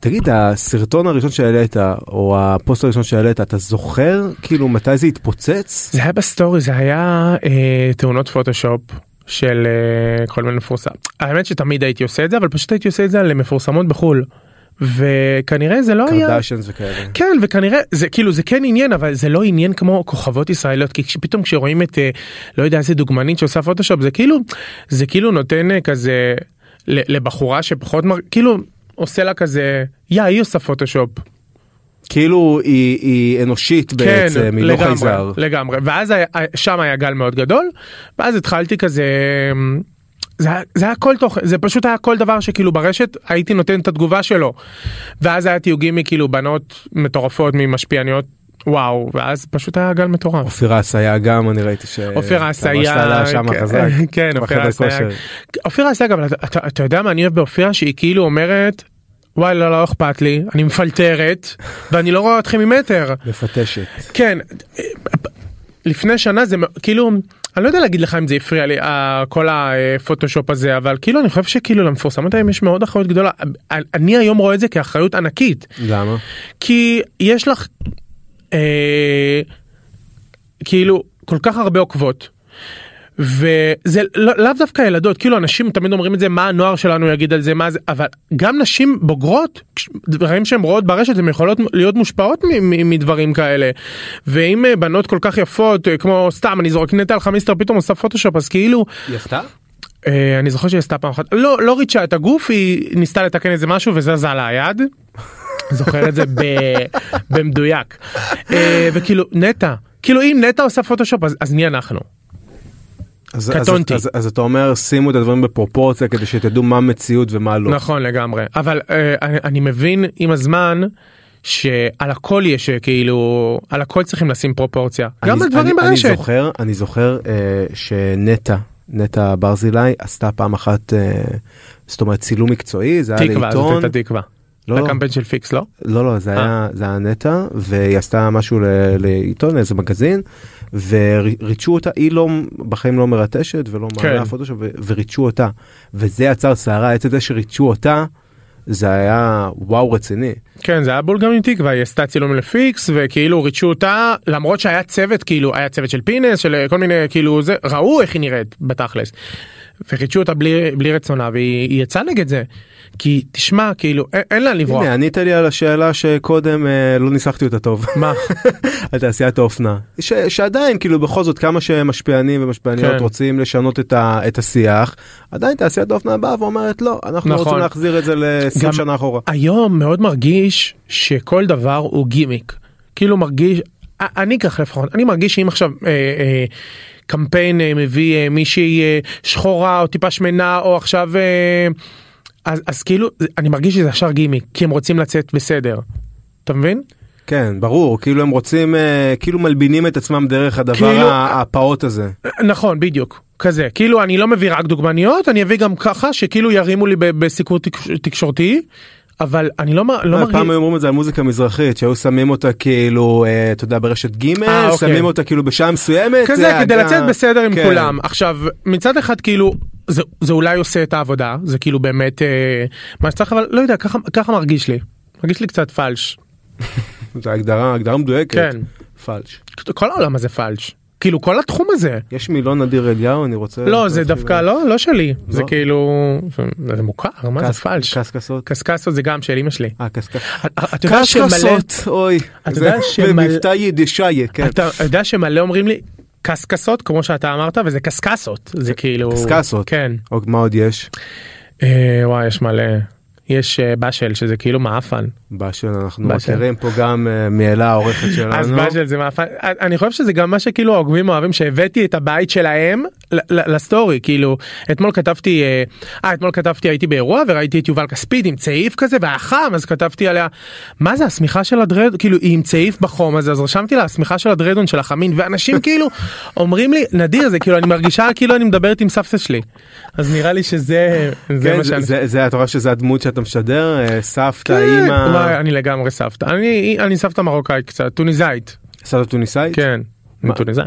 Speaker 2: תגיד, הסרטון הראשון שהעלית, או הפוסט הראשון שהעלית, אתה זוכר כאילו מתי זה התפוצץ?
Speaker 3: זה היה בסטורי זה היה אה, תאונות פוטושופ של אה, כל מיני מפורסם האמת שתמיד הייתי עושה את זה אבל פשוט הייתי עושה את זה למפורסמות בחול וכנראה זה לא היה.
Speaker 2: קרדשיינס וכאלה.
Speaker 3: כן וכנראה זה כאילו זה כן עניין אבל זה לא עניין כמו כוכבות ישראליות כי פתאום כשרואים את אה, לא יודע איזה דוגמנית שעושה פוטושופ זה כאילו זה כאילו נותן אה, כזה ל- לבחורה שפחות מר... כאילו עושה לה כזה יא היא עושה פוטושופ.
Speaker 2: כאילו היא, היא אנושית בעצם, היא לא
Speaker 3: כן, לגמרי,
Speaker 2: חייזר.
Speaker 3: לגמרי, ואז היה- שם היה גל מאוד גדול, ואז התחלתי כזה, זה היה- זה היה כל תוכן, זה פשוט היה כל דבר שכאילו ברשת הייתי נותן את התגובה שלו, ואז היה תיוגים מכאילו בנות מטורפות ממשפיעניות, וואו, ואז פשוט היה גל מטורף.
Speaker 2: אופירה אסייג גם, אני ראיתי ש...
Speaker 3: אופיר
Speaker 2: אה, ממש עלה
Speaker 3: אסייג,
Speaker 2: שם
Speaker 3: כן,
Speaker 2: חזק.
Speaker 3: <laughs> כן,
Speaker 2: בחדר
Speaker 3: אופיר אסייג,
Speaker 2: כושר.
Speaker 3: אופיר אסייג, אבל אתה- אתה אתה יודע מה אני אוהב באופירה שהיא כאילו אומרת, וואלה לא אכפת לי, אני מפלטרת, ואני לא רואה אתכם ממטר.
Speaker 2: מפטשת.
Speaker 3: כן, לפני שנה זה מ- כאילו, אני לא יודע להגיד לך אם זה הפריע לי ה- כל הפוטושופ הזה, אבל כאילו אני חושב שכאילו למפורסמות היום יש מאוד אחריות גדולה. אני היום רואה את זה כאחריות ענקית,
Speaker 2: למה?
Speaker 3: כי יש לך אה, כאילו כל כך הרבה עוקבות. וזה לא, לאו דווקא ילדות כאילו אנשים תמיד אומרים את זה מה הנוער שלנו יגיד על זה מה זה אבל גם נשים בוגרות כש- דברים שהן רואות ברשת הן יכולות להיות מושפעות מ- מ- מדברים כאלה. ואם אה, בנות כל כך יפות אה, כמו סתם אני זורק נטע אלחמיסטר פתאום עושה פוטושופ אז כאילו
Speaker 2: היא הפתעה?
Speaker 3: אה, אני זוכר שהיא עשתה פעם אחת לא לא ריצ'ה את הגוף היא ניסתה לתקן איזה משהו וזזה לה היד. <laughs> זוכר את זה ב, במדויק אה, וכאילו נטע כאילו אם נטע עושה פוטושופ אז, אז מי אנחנו
Speaker 2: אז,
Speaker 3: קטונתי.
Speaker 2: אז, אז, אז אתה אומר, שימו את הדברים בפרופורציה כדי שתדעו מה מציאות ומה לא.
Speaker 3: נכון לגמרי אבל אה, אני, אני מבין עם הזמן. שעל הכל יש אה, כאילו על הכל צריכים לשים פרופורציה גם
Speaker 2: אני-
Speaker 3: על דברים
Speaker 2: אני-
Speaker 3: ברשת
Speaker 2: אני זוכר, אני זוכר אה, שנטע, נטע ברזילי, עשתה פעם אחת, אה, זאת אומרת, צילום מקצועי, זה היה
Speaker 3: תקווה זאת
Speaker 2: לעיתון.
Speaker 3: הייתה תקווה.
Speaker 2: לא, לא.
Speaker 3: הקמפיין של פיקס לא?
Speaker 2: לא, לא, זה
Speaker 3: אה.
Speaker 2: היה, זה היה נטע, והיא עשתה משהו ל- לעיתון, לאיזה מגזין, וריצ'ו אותה, היא לא, בחיים לא מרטשת ולא
Speaker 3: כן.
Speaker 2: מעלה פוטושופ, ו- וריצ'ו אותה. וזה יצר סערה, עצם זה שריצ'ו אותה, זה היה וואו רציני.
Speaker 3: כן זה היה בול גם עם תקווה היא עשתה צילום לפיקס וכאילו ריצ'ו אותה למרות שהיה צוות כאילו היה צוות של פינס של אה, כל מיני כאילו זה ראו איך היא נראית בתכלס. וריצ'ו אותה בלי בלי רצונה והיא היא יצאה נגד זה. כי תשמע כאילו אין, אין לאן לברוח.
Speaker 2: הנה, ענית לי על השאלה שקודם אה, לא ניסחתי אותה טוב.
Speaker 3: מה?
Speaker 2: <laughs> על תעשיית האופנה. ש, שעדיין, כאילו, בכל זאת, כמה שמשפיענים ומשפיעניות
Speaker 3: כן.
Speaker 2: רוצים לשנות את, ה, את השיח, עדיין תעשיית האופנה באה ואומרת, לא, אנחנו
Speaker 3: נכון.
Speaker 2: רוצים להחזיר את זה ל-20
Speaker 3: גם-
Speaker 2: שנה אחורה.
Speaker 3: היום מאוד מרגיש שכל דבר הוא גימיק. כאילו מרגיש, א- אני כך לפחות, אני מרגיש שאם עכשיו אה, אה, קמפיין אה, מביא אה, מישהי אה, שחורה או טיפה שמנה או עכשיו... אה, אז, אז כאילו זה- אני מרגיש שזה ישר גימיק כי הם רוצים לצאת בסדר. אתה מבין?
Speaker 2: כן, ברור, כאילו הם רוצים, אה, כאילו מלבינים את עצמם דרך הדבר
Speaker 3: כאילו-
Speaker 2: ה- הפעוט הזה.
Speaker 3: נכון בדיוק כזה כאילו אני לא מביא רק דוגמניות אני אביא גם ככה שכאילו ירימו לי ב- בסיקור תקש, תקשורתי אבל אני לא, מ- לא
Speaker 2: אה,
Speaker 3: מרגיש.
Speaker 2: פעם היו אומרים את זה על מוזיקה מזרחית, שהיו שמים אותה כאילו, אה, אתה יודע, ברשת
Speaker 3: אה,
Speaker 2: ג',
Speaker 3: אוקיי.
Speaker 2: שמים אותה כאילו בשעה מסוימת.
Speaker 3: כזה
Speaker 2: זה
Speaker 3: כן, כדי
Speaker 2: הגה-
Speaker 3: לצאת בסדר עם
Speaker 2: כן.
Speaker 3: כולם עכשיו מצד אחד כאילו זה, זה אולי עושה את העבודה זה כאילו באמת אה, מה שצריך אבל לא יודע ככה ככה מרגיש לי מרגיש לי קצת פלש
Speaker 2: זו הגדרה, הגדרה מדויקת.
Speaker 3: כן.
Speaker 2: פלש.
Speaker 3: כל העולם הזה פלש כאילו כל התחום הזה
Speaker 2: יש מילון אדיר אליהו, אני רוצה...
Speaker 3: לא זה דווקא לא לא שלי זה
Speaker 2: לא?
Speaker 3: כאילו זה מוכר מה זה
Speaker 2: קס-
Speaker 3: פלש
Speaker 2: קסקסות.
Speaker 3: קסקסות זה גם של אמא שלי.
Speaker 2: אה, קסקסות.
Speaker 3: אתה יודע שמלא
Speaker 2: קשקשות, אוי.
Speaker 3: אתה
Speaker 2: זה
Speaker 3: יודע שמלא-
Speaker 2: במבטא יידישאי, כן.
Speaker 3: אתה יודע שמלא אומרים לי קסקסות כמו שאתה אמרת וזה קסקסות זה כאילו
Speaker 2: קסקסות.
Speaker 3: כן
Speaker 2: או, מה עוד יש?
Speaker 3: אה, וואי יש מלא יש אה, באשל שזה כאילו מעפן.
Speaker 2: באשל אנחנו
Speaker 3: באשל.
Speaker 2: מכירים פה גם אה, מאלה העורכת שלנו.
Speaker 3: אז באז'ל זה מאפן, אני חושב שזה גם מה שכאילו העוגמים אוהבים שהבאתי את הבית שלהם ל- ל- לסטורי כאילו אתמול כתבתי אה, אה אתמול כתבתי הייתי באירוע וראיתי את יובל כספית עם צעיף כזה והיה חם אז כתבתי עליה מה זה השמיכה של הדרד כאילו היא עם צעיף בחום הזה אז רשמתי לה השמיכה של הדרדון של החמין ואנשים <laughs> כאילו אומרים לי נדיר זה כאילו אני מרגישה כאילו אני מדברת עם סבתא שלי אז נראה לי שזה זה
Speaker 2: כן,
Speaker 3: מה
Speaker 2: זה-
Speaker 3: שאני.
Speaker 2: זה- זה, אתה רואה שזה הדמות שאתה משדר? אה, סבתא,
Speaker 3: כן, וואי,
Speaker 2: אימא,
Speaker 3: אני לגמרי סבתא אני אני סבתא מרוקאית קצת טוניסאית
Speaker 2: סבתא טוניסאית?
Speaker 3: כן.
Speaker 2: מה?
Speaker 3: מטוניסאי.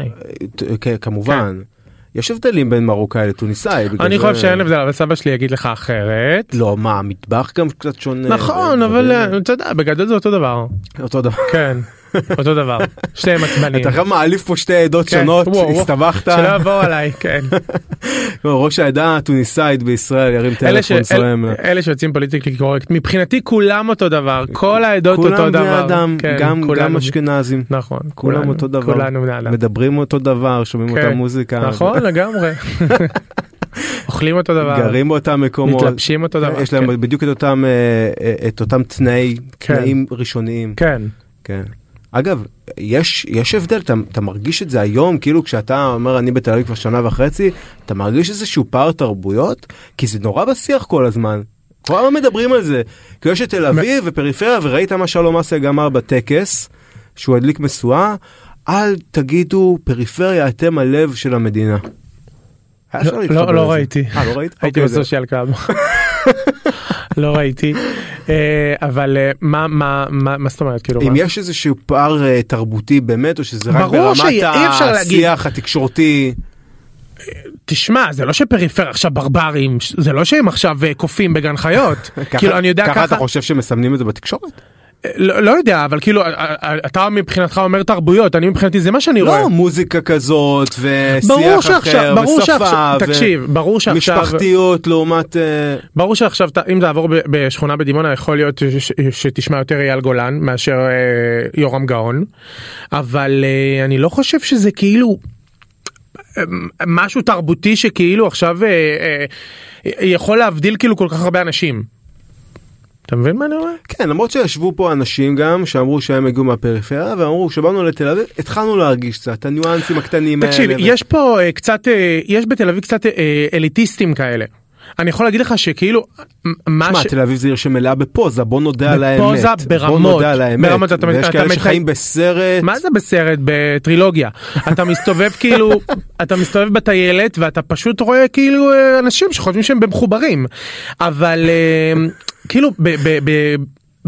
Speaker 2: אה, כן, כמובן. יש הבדלים בין מרוקאי לטוניסאי. בגלל
Speaker 3: כן. אני
Speaker 2: זה-
Speaker 3: חושב שאין הבדל אבל סבא שלי יגיד לך אחרת.
Speaker 2: לא, מה, המטבח גם קצת שונה.
Speaker 3: נכון
Speaker 2: בין-
Speaker 3: אבל
Speaker 2: בין-
Speaker 3: אה, אתה יודע בגדול זה אותו דבר
Speaker 2: אותו דבר. <laughs>
Speaker 3: כן אותו דבר שניהם עצבנים.
Speaker 2: אתה גם מעליב פה שתי עדות
Speaker 3: כן,
Speaker 2: שונות,
Speaker 3: וואו, וואו.
Speaker 2: הסתבכת.
Speaker 3: שלא יבואו עליי
Speaker 2: <laughs>
Speaker 3: כן
Speaker 2: לא, ראש העדה הטוניסאית בישראל ירים
Speaker 3: אלה ש-
Speaker 2: טלפון סואם.
Speaker 3: אל- אלה שיוצאים פוליטיקלי קורקט מבחינתי כולם אותו דבר כל העדות אותו
Speaker 2: כולם
Speaker 3: דבר.
Speaker 2: בני אדם,
Speaker 3: כן,
Speaker 2: גם- גם
Speaker 3: כולנו-
Speaker 2: אשכנזים.
Speaker 3: נכון
Speaker 2: כולם
Speaker 3: כולנו-
Speaker 2: אותו דבר.
Speaker 3: כולנו בני אדם.
Speaker 2: מדברים אותו דבר, שומעים
Speaker 3: כן.
Speaker 2: אותה מוזיקה.
Speaker 3: נכון
Speaker 2: <laughs>
Speaker 3: לגמרי. אוכלים אותו דבר.
Speaker 2: גרים באותם מקומות.
Speaker 3: מתלבשים אותו דבר.
Speaker 2: יש להם
Speaker 3: כן.
Speaker 2: בדיוק את אותם אה, אה, את אותם תנאי,
Speaker 3: כן.
Speaker 2: תנאים ראשוניים.
Speaker 3: כן.
Speaker 2: כן. אגב, יש, יש הבדל, אתה, אתה מרגיש את זה היום, כאילו כשאתה אומר אני בתל אביב כבר שנה וחצי, אתה מרגיש איזשהו פער תרבויות? כי זה נורא בשיח כל הזמן. כל הזמן מדברים על זה. כאילו יש את תל אביב ופריפריה, וראית מה שלום אסיה גמר בטקס, שהוא הדליק משואה, אל תגידו פריפריה, אתם הלב של המדינה. היה אפשר
Speaker 3: לא-
Speaker 2: להתחבר
Speaker 3: לא- לא
Speaker 2: לזה.
Speaker 3: ראיתי.
Speaker 2: אה, לא ראית?
Speaker 3: הייתי
Speaker 2: אוקיי, זה-
Speaker 3: בסושיאל קאב. <laughs> לא ראיתי אה, אבל אה, מה מה מה מה זאת אומרת כאילו
Speaker 2: אם
Speaker 3: מה?
Speaker 2: יש איזשהו פער אה, תרבותי באמת, או שזה רק
Speaker 3: ברור שאי-
Speaker 2: ברמת
Speaker 3: אי אפשר להגיד.
Speaker 2: השיח התקשורתי.
Speaker 3: תשמע זה לא שפריפריה עכשיו ברברים ש- זה לא שהם עכשיו אה, קופים בגן חיות
Speaker 2: <laughs> ככה-
Speaker 3: כאילו אני יודע
Speaker 2: ככה אתה
Speaker 3: ככה
Speaker 2: חושב שמסמנים את זה בתקשורת?
Speaker 3: אה, לא לא יודע אבל כאילו אה, אה, אה, אתה מבחינתך אומר תרבויות אני מבחינתי זה מה שאני רואה.
Speaker 2: לא מוזיקה כזאת ושיח
Speaker 3: ברור
Speaker 2: אחר
Speaker 3: שעכשיו ברור
Speaker 2: ושפה
Speaker 3: שעכשיו תקשיב ברור שעכשיו
Speaker 2: ומשפחתיות לעומת אה,
Speaker 3: ברור שעכשיו ת- אם תעבור ב- בשכונה בדימונה יכול להיות ש- ש- שתשמע יותר אייל גולן מאשר אה, יורם גאון אבל אה, אני לא חושב שזה כאילו אה, משהו תרבותי שכאילו עכשיו אה, אה, יכול להבדיל כאילו כל כך הרבה אנשים. אתה מבין מה אני אומר?
Speaker 2: כן למרות שישבו פה אנשים גם שאמרו שהם הגיעו מהפריפריה ואמרו כשבאנו לתל אביב התחלנו להרגיש קצת את הניואנסים הקטנים
Speaker 3: תקשיב,
Speaker 2: האלה. ו-
Speaker 3: יש פה אה, קצת, אה, יש בתל אביב קצת אה, אליטיסטים כאלה. אני יכול להגיד לך שכאילו, מ- מה
Speaker 2: מה
Speaker 3: ש...
Speaker 2: תל אביב זה עיר שמלאה בפוזה בוא נודה על האמת.
Speaker 3: בפוזה
Speaker 2: בוא
Speaker 3: ברמות,
Speaker 2: נודה על האמת.
Speaker 3: ברמות, אתה-
Speaker 2: ויש
Speaker 3: אתה
Speaker 2: כאלה
Speaker 3: מת-
Speaker 2: שחיים בסרט.
Speaker 3: <laughs> מה זה בסרט בטרילוגיה אתה מסתובב כאילו אתה מסתובב בטיילת ואתה פשוט רואה כאילו אה, אנשים שחושבים שהם מחוברים אבל אה, כאילו ב... ב, ב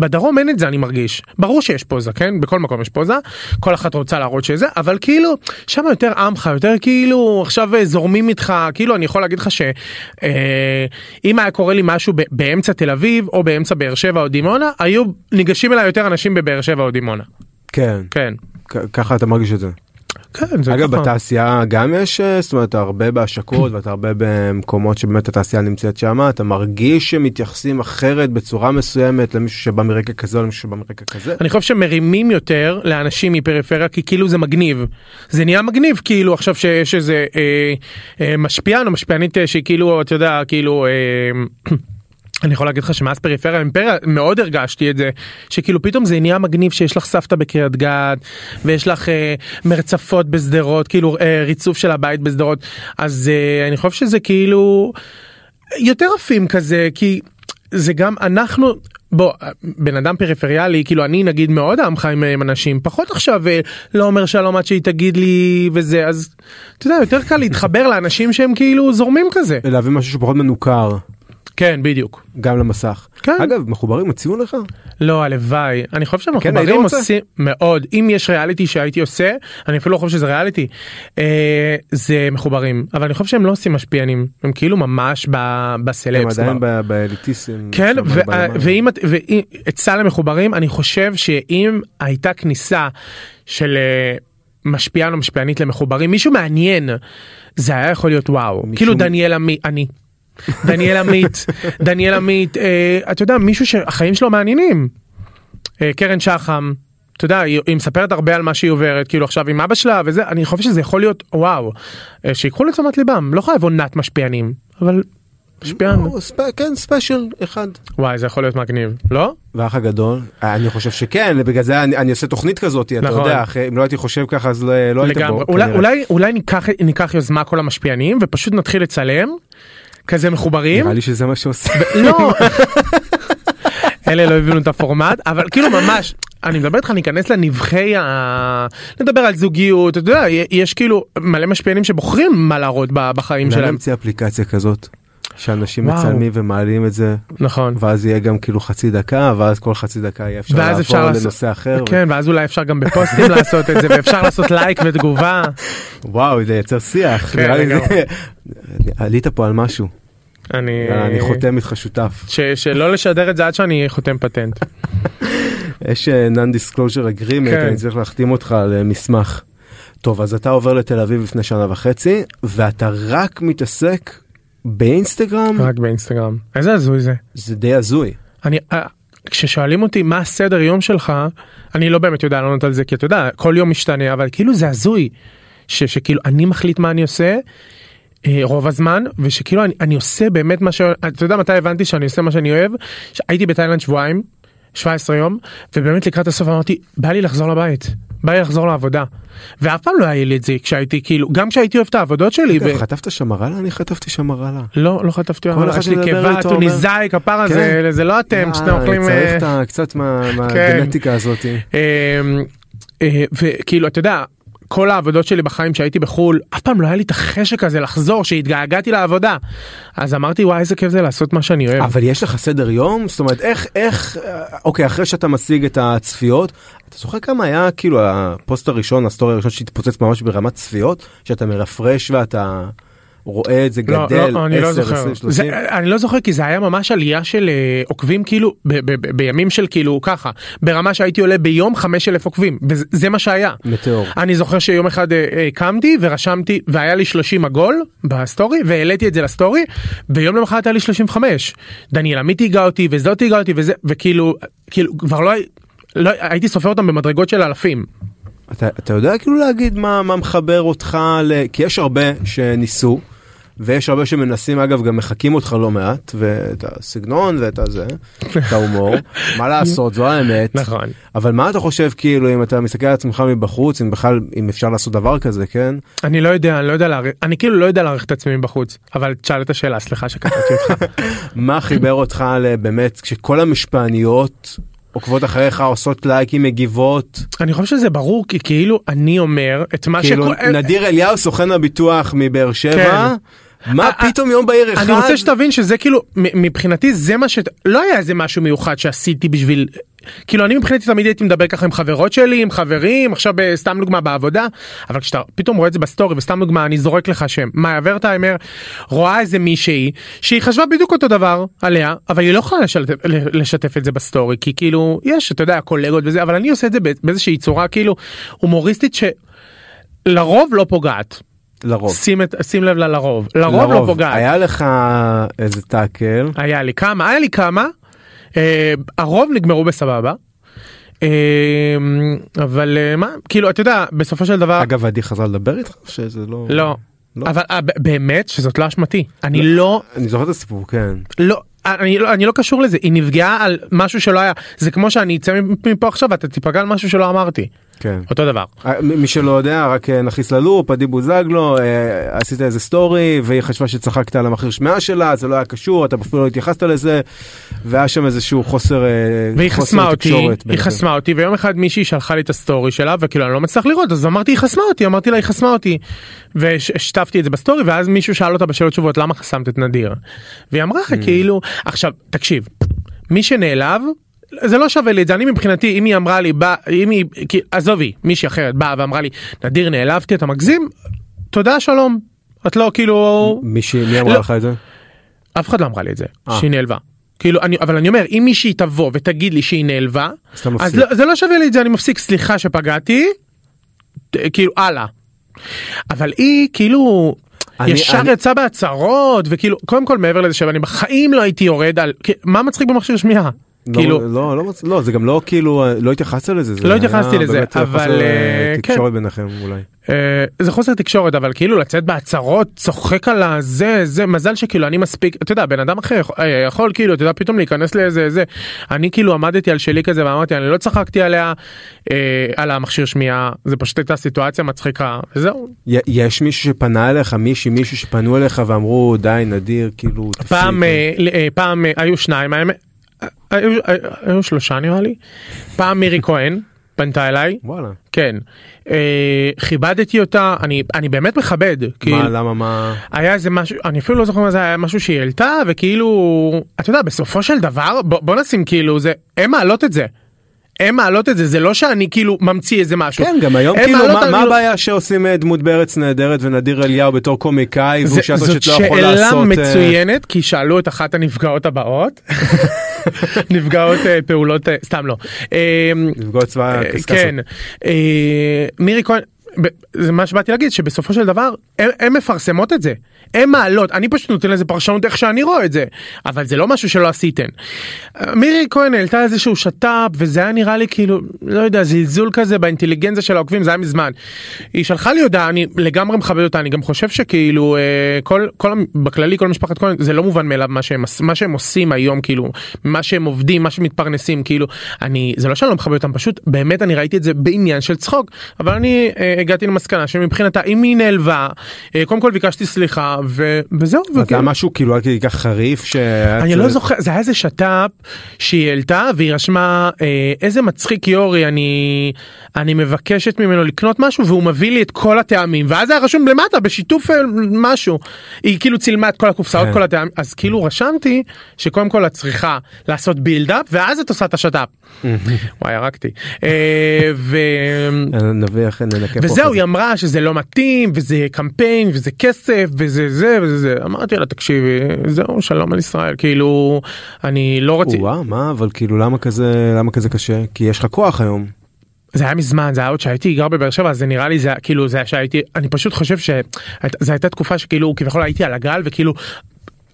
Speaker 3: בדרום אין את זה אני מרגיש ברור שיש פוזה כן בכל מקום יש פוזה כל אחת רוצה להראות שזה אבל כאילו שם יותר עמך יותר כאילו עכשיו אה, זורמים איתך כאילו אני יכול להגיד לך שאם אה, אם היה קורה לי משהו ב- באמצע תל אביב או באמצע באר שבע או דימונה היו ניגשים אליי יותר אנשים בבאר שבע או דימונה
Speaker 2: כן
Speaker 3: כן
Speaker 2: כ- ככה אתה מרגיש את זה.
Speaker 3: כן, זה
Speaker 2: אגב
Speaker 3: ככה.
Speaker 2: בתעשייה גם יש אה, זאת אומרת אתה הרבה בהשקות ואתה הרבה במקומות שבאמת התעשייה נמצאת שם אתה מרגיש שמתייחסים אחרת בצורה מסוימת למישהו שבא מרקע כזה או למישהו שבא מרקע כזה.
Speaker 3: אני חושב שמרימים יותר לאנשים מפריפריה כי כאילו זה מגניב זה נהיה מגניב כאילו עכשיו שיש איזה אה, אה, משפיען או משפיענית אה, שהיא כאילו אתה יודע כאילו. אה, <clears throat> אני יכול להגיד לך שמאז פריפריה אימפריה מאוד הרגשתי את זה שכאילו פתאום זה נהיה מגניב שיש לך סבתא בקריית גת ויש לך אה, מרצפות בשדרות כאילו אה, ריצוף של הבית בשדרות אז אה, אני חושב שזה כאילו יותר עפים כזה כי זה גם אנחנו בוא בן אדם פריפריאלי כאילו אני נגיד מאוד עם חיים עם אנשים פחות עכשיו אה, לא אומר שלום עד שהיא תגיד לי וזה אז אתה יודע יותר קל להתחבר
Speaker 2: <laughs>
Speaker 3: לאנשים שהם כאילו זורמים כזה
Speaker 2: להביא משהו שפחות מנוכר
Speaker 3: כן בדיוק
Speaker 2: גם למסך.
Speaker 3: כן.
Speaker 2: אגב מחוברים הציעו לך?
Speaker 3: לא הלוואי אני חושב
Speaker 2: כן, היית
Speaker 3: שהמחוברים
Speaker 2: רוצה?
Speaker 3: עושים מאוד אם יש ריאליטי שהייתי עושה אני אפילו לא חושב שזה ריאליטי אה, זה מחוברים אבל אני חושב שהם לא עושים משפיענים הם כאילו ממש ב-
Speaker 2: הם
Speaker 3: בסלבס.
Speaker 2: עדיין
Speaker 3: כבר.
Speaker 2: ב- באליטיסטים.
Speaker 3: כן,
Speaker 2: שם,
Speaker 3: ו-
Speaker 2: בלמעלה.
Speaker 3: ואם את- ואם- את סל המחוברים, אני חושב שאם הייתה כניסה של אה, משפיען או משפיענית למחוברים, מישהו מעניין, זה היה יכול להיות וואו.
Speaker 2: מישהו-
Speaker 3: כאילו דניאל עמית, אני. דניאל עמית, דניאל עמית, אה, אתה יודע, מישהו שהחיים שלו מעניינים. אה, קרן שחם. אתה יודע, היא, היא מספרת הרבה על מה שהיא עוברת, כאילו עכשיו עם אבא שלה וזה, אני חושב שזה יכול להיות וואו, אה, שיקחו לתשומת ליבם, לא חייב עונת משפיענים, אבל משפיען.
Speaker 2: או, ספ- כן, ספיישל אחד.
Speaker 3: וואי, זה יכול להיות מגניב. לא?
Speaker 2: והאח הגדול? אה, אני חושב שכן, בגלל זה אני, אני עושה תוכנית כזאת, אתה
Speaker 3: נכון.
Speaker 2: יודע, אחרי, אם לא הייתי חושב ככה אז לא, לא היית
Speaker 3: לגמרי.
Speaker 2: בו.
Speaker 3: אולי,
Speaker 2: כנראה.
Speaker 3: אולי, אולי ניקח, ניקח יוזמה כל המשפיענים ופשוט נתחיל לצלם, כזה מחוברים.
Speaker 2: נראה לי שזה מה שעושה.
Speaker 3: לא. אלה לא הבינו את הפורמט, אבל כאילו ממש, אני מדבר איתך, ניכנס לנבחי ה... נדבר על זוגיות, אתה יודע, יש כאילו מלא משפיענים שבוחרים מה להראות ב- בחיים
Speaker 2: למה
Speaker 3: שלהם.
Speaker 2: להמציא אפליקציה כזאת? שאנשים
Speaker 3: וואו.
Speaker 2: מצלמים ומעלים את זה,
Speaker 3: נכון.
Speaker 2: ואז יהיה גם כאילו חצי דקה, ואז כל חצי דקה יהיה אפשר
Speaker 3: ואז אפשר
Speaker 2: לעבור
Speaker 3: לעשות-
Speaker 2: לנושא אחר.
Speaker 3: כן, ואז אולי אפשר גם בפוסטים לעשות את זה, ואפשר לעשות לייק ותגובה.
Speaker 2: וואו, זה יצר שיח.
Speaker 3: כן,
Speaker 2: נראה לי זה-
Speaker 3: לגמרי.
Speaker 2: עלית פה על משהו,
Speaker 3: אני...
Speaker 2: אני חותם איתך שותף.
Speaker 3: ש- שלא לשדר את זה עד שאני חותם פטנט.
Speaker 2: יש אה, non-disclosure agreement,
Speaker 3: כן.
Speaker 2: אני צריך להחתים אותך על אה, מסמך. טוב, אז אתה עובר לתל אביב לפני שנה וחצי, ואתה רק מתעסק באינסטגרם,
Speaker 3: <clears throat> רק באינסטגרם. איזה הזוי זה.
Speaker 2: זה די הזוי.
Speaker 3: אני, אה, כששואלים אותי מה הסדר יום שלך, אני לא באמת יודע לענות על זה, כי אתה יודע, כל יום משתנה, אבל כאילו זה הזוי, ש, שכאילו אני מחליט מה אני עושה. אה, רוב הזמן ושכאילו אני, אני עושה באמת מה ש... אתה יודע מתי הבנתי שאני עושה מה שאני אוהב? הייתי בתאילנד שבועיים, 17 יום, ובאמת לקראת הסוף אמרתי, בא לי לחזור לבית, בא לי לחזור לעבודה. ואף פעם לא היה לי את זה כשהייתי כאילו, גם כשהייתי אוהב את העבודות שלי. ו-
Speaker 2: חטפת שם הרעלה? אני חטפתי שם הרעלה.
Speaker 3: לא, לא חטפתי,
Speaker 2: כל אחד
Speaker 3: יש לי
Speaker 2: שמדבר
Speaker 3: כאבה,
Speaker 2: איתו אומר-
Speaker 3: טוניסאי, כפרה,
Speaker 2: כן.
Speaker 3: זה- זה לא אתם, שאתם אוכלים... אה, כן.
Speaker 2: צריך את ה- קצת
Speaker 3: <laughs>
Speaker 2: מה- מהגנטיקה הזאת.
Speaker 3: אמ, אה, וכאילו אתה יודע כל העבודות שלי בחיים שהייתי בחול אף פעם לא היה לי את החשק הזה לחזור שהתגעגעתי לעבודה אז אמרתי וואי איזה כיף זה לעשות מה שאני אוהב.
Speaker 2: אבל יש לך סדר יום? זאת אומרת, איך, איך, אה, אוקיי, אחרי שאתה משיג את הצפיות, אתה זוכר כמה היה כאילו הפוסט הראשון, הסטורי הראשון שהתפוצץ ממש ברמת צפיות, שאתה מרפרש ואתה רואה את זה
Speaker 3: לא,
Speaker 2: גדל,
Speaker 3: לא, אני לא
Speaker 2: 10,
Speaker 3: זוכר.
Speaker 2: 20, 30?
Speaker 3: זה- אני לא זוכר כי זה היה ממש עלייה של אה, עוקבים כאילו ב- ב- ב- בימים של כאילו ככה ברמה שהייתי עולה ביום 5,000 עוקבים וזה זה מה שהיה.
Speaker 2: מטאור.
Speaker 3: אני זוכר שיום אחד אה, אה, קמתי ורשמתי והיה לי 30 עגול בסטורי והעליתי את זה לסטורי ויום למחרת היה לי 35. דניאל עמית היגע אותי וזאת היגע אותי וזה וכאילו כאילו כבר לא, הי- לא הייתי סופר אותם במדרגות של אלפים.
Speaker 2: אתה, אתה יודע כאילו להגיד מה, מה מחבר אותך, ל... כי יש הרבה שניסו, ויש הרבה שמנסים, אגב, גם מחקים אותך לא מעט, ואת הסגנון ואת הזה, את ההומור,
Speaker 3: <laughs>
Speaker 2: מה לעשות, זו האמת.
Speaker 3: נכון.
Speaker 2: אבל מה אתה חושב, כאילו, אם אתה מסתכל על עצמך מבחוץ, אם בכלל, אם אפשר לעשות דבר כזה, כן?
Speaker 3: אני לא יודע אני לא יודע להעריך אני כאילו לא יודע להעריך את עצמי בחוץ אבל תשאל את השאלה סליחה שקטעתי אותך.
Speaker 2: מה
Speaker 3: <laughs>
Speaker 2: חיבר אותך ל- באמת, כשכל המשפעניות עוקבות אחריך, עושות לייקים, מגיבות,
Speaker 3: אני חושב שזה ברור כי כאילו אני אומר את מה
Speaker 2: כאילו,
Speaker 3: שכל-
Speaker 2: נדיר אליהו, סוכן הביטוח מבאר שבע, מה
Speaker 3: אה,
Speaker 2: פתאום יום בהיר אחד?
Speaker 3: אני רוצה שתבין שזה כאילו מ- מבחינתי זה מה ש... לא היה איזה משהו מיוחד שעשיתי בשביל... כאילו אני מבחינתי תמיד הייתי מדבר ככה עם חברות שלי עם חברים עכשיו ב- סתם דוגמה בעבודה אבל כשאתה פתאום רואה את זה בסטורי וסתם דוגמה אני זורק לך שם מאיה ורטהיימר רואה איזה מישהי שהיא חשבה בדיוק אותו דבר עליה אבל היא לא יכולה לשתף, לשתף את זה בסטורי כי כאילו יש אתה יודע קולגות וזה אבל אני עושה את זה בא- באיזושהי צורה כאילו הומוריסטית שלרוב לא פוגעת
Speaker 2: לרוב.
Speaker 3: שים, את, שים לב ל- לרוב לרוב לא פוגעת.
Speaker 2: היה לך איזה טאקל,
Speaker 3: היה לי כמה, היה לי כמה, אה, הרוב נגמרו בסבבה, אה, אבל אה, מה, כאילו אתה יודע, בסופו של דבר,
Speaker 2: אגב עדי חזרה לדבר איתך? שזה לא...
Speaker 3: לא,
Speaker 2: לא?
Speaker 3: אבל אה, ב- באמת שזאת לא אשמתי, אני לא,
Speaker 2: אני זוכר את הסיפור, כן.
Speaker 3: לא. אני לא, אני לא קשור לזה, היא נפגעה על משהו שלא היה, זה כמו שאני אצא מפה עכשיו ואתה תיפגע על משהו שלא אמרתי,
Speaker 2: כן.
Speaker 3: אותו דבר.
Speaker 2: אה, מ- מי שלא יודע, רק אה, נכניס ללופ, עדי בוזגלו, אה, עשית איזה סטורי, והיא חשבה שצחקת על המחיר שמיעה שלה, זה לא היה קשור, אתה אפילו לא התייחסת לזה, והיה שם איזשהו חוסר אה,
Speaker 3: והיא
Speaker 2: חוסר
Speaker 3: חסמה אותי,
Speaker 2: תקשורת
Speaker 3: היא
Speaker 2: ביניכם.
Speaker 3: חסמה אותי, ויום אחד מישהי שלחה לי את הסטורי שלה, וכאילו אני לא מצליח לראות, אז אמרתי היא חסמה אותי, אמרתי לה היא חסמה אותי. ושיתפתי את זה בסטורי, ואז מישהו שאל אותה בשאלות תשובות למה חסמת את נדיר. והיא אמרה לך כאילו, עכשיו תקשיב, מי שנעלב. זה לא שווה לי את זה, אני מבחינתי, אם היא אמרה לי, בא, אם היא, כי- עזובי, מישהי אחרת באה ואמרה לי, נדיר נעלבתי, אתה מגזים, תודה שלום. את לא כאילו...
Speaker 2: מישהי, מי אמרה
Speaker 3: לא.
Speaker 2: לך את זה?
Speaker 3: אף אחד לא אמרה לי את זה,
Speaker 2: אה.
Speaker 3: שהיא נעלבה. כאילו, אני, אבל אני אומר, אם מישהי תבוא ותגיד לי שהיא נעלבה,
Speaker 2: אז אתה
Speaker 3: אז
Speaker 2: מפסיק.
Speaker 3: לא, זה לא שווה לי את זה, אני מפסיק, סליחה שפגעתי, ת- כאילו, הלאה. אבל היא, כאילו,
Speaker 2: אני-
Speaker 3: ישר
Speaker 2: אני-
Speaker 3: יצאה בהצהרות, וכאילו, קודם כל, מעבר לזה שאני בחיים לא הייתי יורד על, כי- מה מצחיק במכשיר שמיעה? כאילו,
Speaker 2: לא, לא, לא, מצ- לא, זה גם לא כאילו, לא התייחסת לזה. זה
Speaker 3: לא התייחסתי
Speaker 2: היה
Speaker 3: לזה,
Speaker 2: באמת
Speaker 3: אבל,
Speaker 2: חוסר, אה,
Speaker 3: אה, כן.
Speaker 2: תקשורת ביניכם אולי.
Speaker 3: אה, זה חוסר תקשורת אבל כאילו לצאת בהצהרות צוחק על הזה זה מזל שכאילו אני מספיק אתה יודע בן אדם אחר יכול- אה, יכול כאילו אתה יודע פתאום להיכנס לאיזה זה אני כאילו עמדתי על שלי כזה ואמרתי אני לא צחקתי עליה אה, על המכשיר שמיעה זה פשוט הייתה סיטואציה מצחיקה וזהו
Speaker 2: י- יש מישהו שפנה אליך, מישהי, מישהו שפנו אליך ואמרו, די, נדיר, כאילו, תפסיק.
Speaker 3: פעם אה, ל- אה, פעם אה, היו שניים האמת, אה, היו, היו, היו שלושה נראה לי פעם מירי כהן פנתה אליי
Speaker 2: וואלה.
Speaker 3: כן אה, כיבדתי אותה אני אני באמת מכבד כאילו.
Speaker 2: מה, למה, מה...
Speaker 3: היה איזה משהו אני אפילו לא זוכר מה זה היה משהו שהיא העלתה וכאילו אתה יודע בסופו של דבר בוא, בוא נשים כאילו זה הם מעלות את זה. הם מעלות את זה זה לא שאני כאילו ממציא איזה משהו.
Speaker 2: כן, גם היום,
Speaker 3: הם
Speaker 2: כאילו,
Speaker 3: מעלות
Speaker 2: מה-
Speaker 3: על-
Speaker 2: מה הבעיה שעושים אה, דמות בארץ נהדרת ונדיר אליהו בתור קומיקאי, והוא
Speaker 3: זה-
Speaker 2: שעשה
Speaker 3: זאת
Speaker 2: שאת לא יכול
Speaker 3: שאלה
Speaker 2: לעשות... אה,
Speaker 3: מצוינת כי שאלו את אחת הנפגעות הבאות. <laughs> נפגעות אה, פעולות אה, סתם לא. אה,
Speaker 2: לפגוע צבא
Speaker 3: אה,
Speaker 2: הקשקש.
Speaker 3: כן, אה, מירי כהן, ב- זה מה שבאתי להגיד שבסופו של דבר הם- הם מפרסמות את זה, הם מעלות, אני פשוט נותן לזה פרשנות איך שאני רואה את זה, אבל זה לא משהו שלא עשיתם. אה, מירי כהן העלתה איזשהו שת"פ וזה היה נראה לי כאילו, לא יודע, זלזול כזה באינטליגנציה של העוקבים, זה היה מזמן. היא שלחה לי הודעה, אני לגמרי מכבד אותה, אני גם חושב שכאילו אה, כל, כל, המ- בכללי כל משפחת כהן זה לא מובן מאליו מה שהם, עש- מה שהם עושים היום כאילו, מה שהם עובדים, מה שמתפרנסים כאילו, אני, זה לא שאני לא מכבד אותם, פשוט באמת אני ראיתי את זה בעניין של צחוק, אבל אני אה, הגעתי למסקנה שמבחינתה אם היא נעלבה, אה, קודם כל ביקשתי סליחה ו, וזהו,
Speaker 2: זה היה משהו כאילו היה כל כך חריף ש...
Speaker 3: אוקיי. אני
Speaker 2: אה,
Speaker 3: לא זוכר, זה היה איזה שת"פ שהיא העלתה והיא רשמה אה, איזה מצחיק יורי, אני, אני מבקשת ממנו לקנות משהו והוא מביא לי את כל הטעמים, ואז היה רשום למטה בשיתוף אה, משהו. היא כאילו צילמה את כל הקופסאות,
Speaker 2: כן.
Speaker 3: כל הטעמים, אז כאילו רשמתי שקודם כל את צריכה לעשות בילדאפ ואז את עושה את השת"פ. וואי, הרגתי. אה, ו...
Speaker 2: אה, נביא אחרי ננקה פה.
Speaker 3: וזהו
Speaker 2: אחרי זה.
Speaker 3: היא אמרה שזה לא מתאים וזה קמפיין וזה כסף וזה זה וזה זה אמרתי לה תקשיבי זהו שלום על ישראל כאילו אני לא רוצה
Speaker 2: או-אה, מה, אבל כאילו, למה כזה, למה כזה קשה? כי יש לך כוח היום.
Speaker 3: זה היה מזמן זה היה עוד שהייתי גר בבאר שבע אז זה נראה לי זה היה- כאילו זה היה שהייתי אני פשוט חושב שזו הייתה תקופה שכאילו כביכול הייתי על הגל וכאילו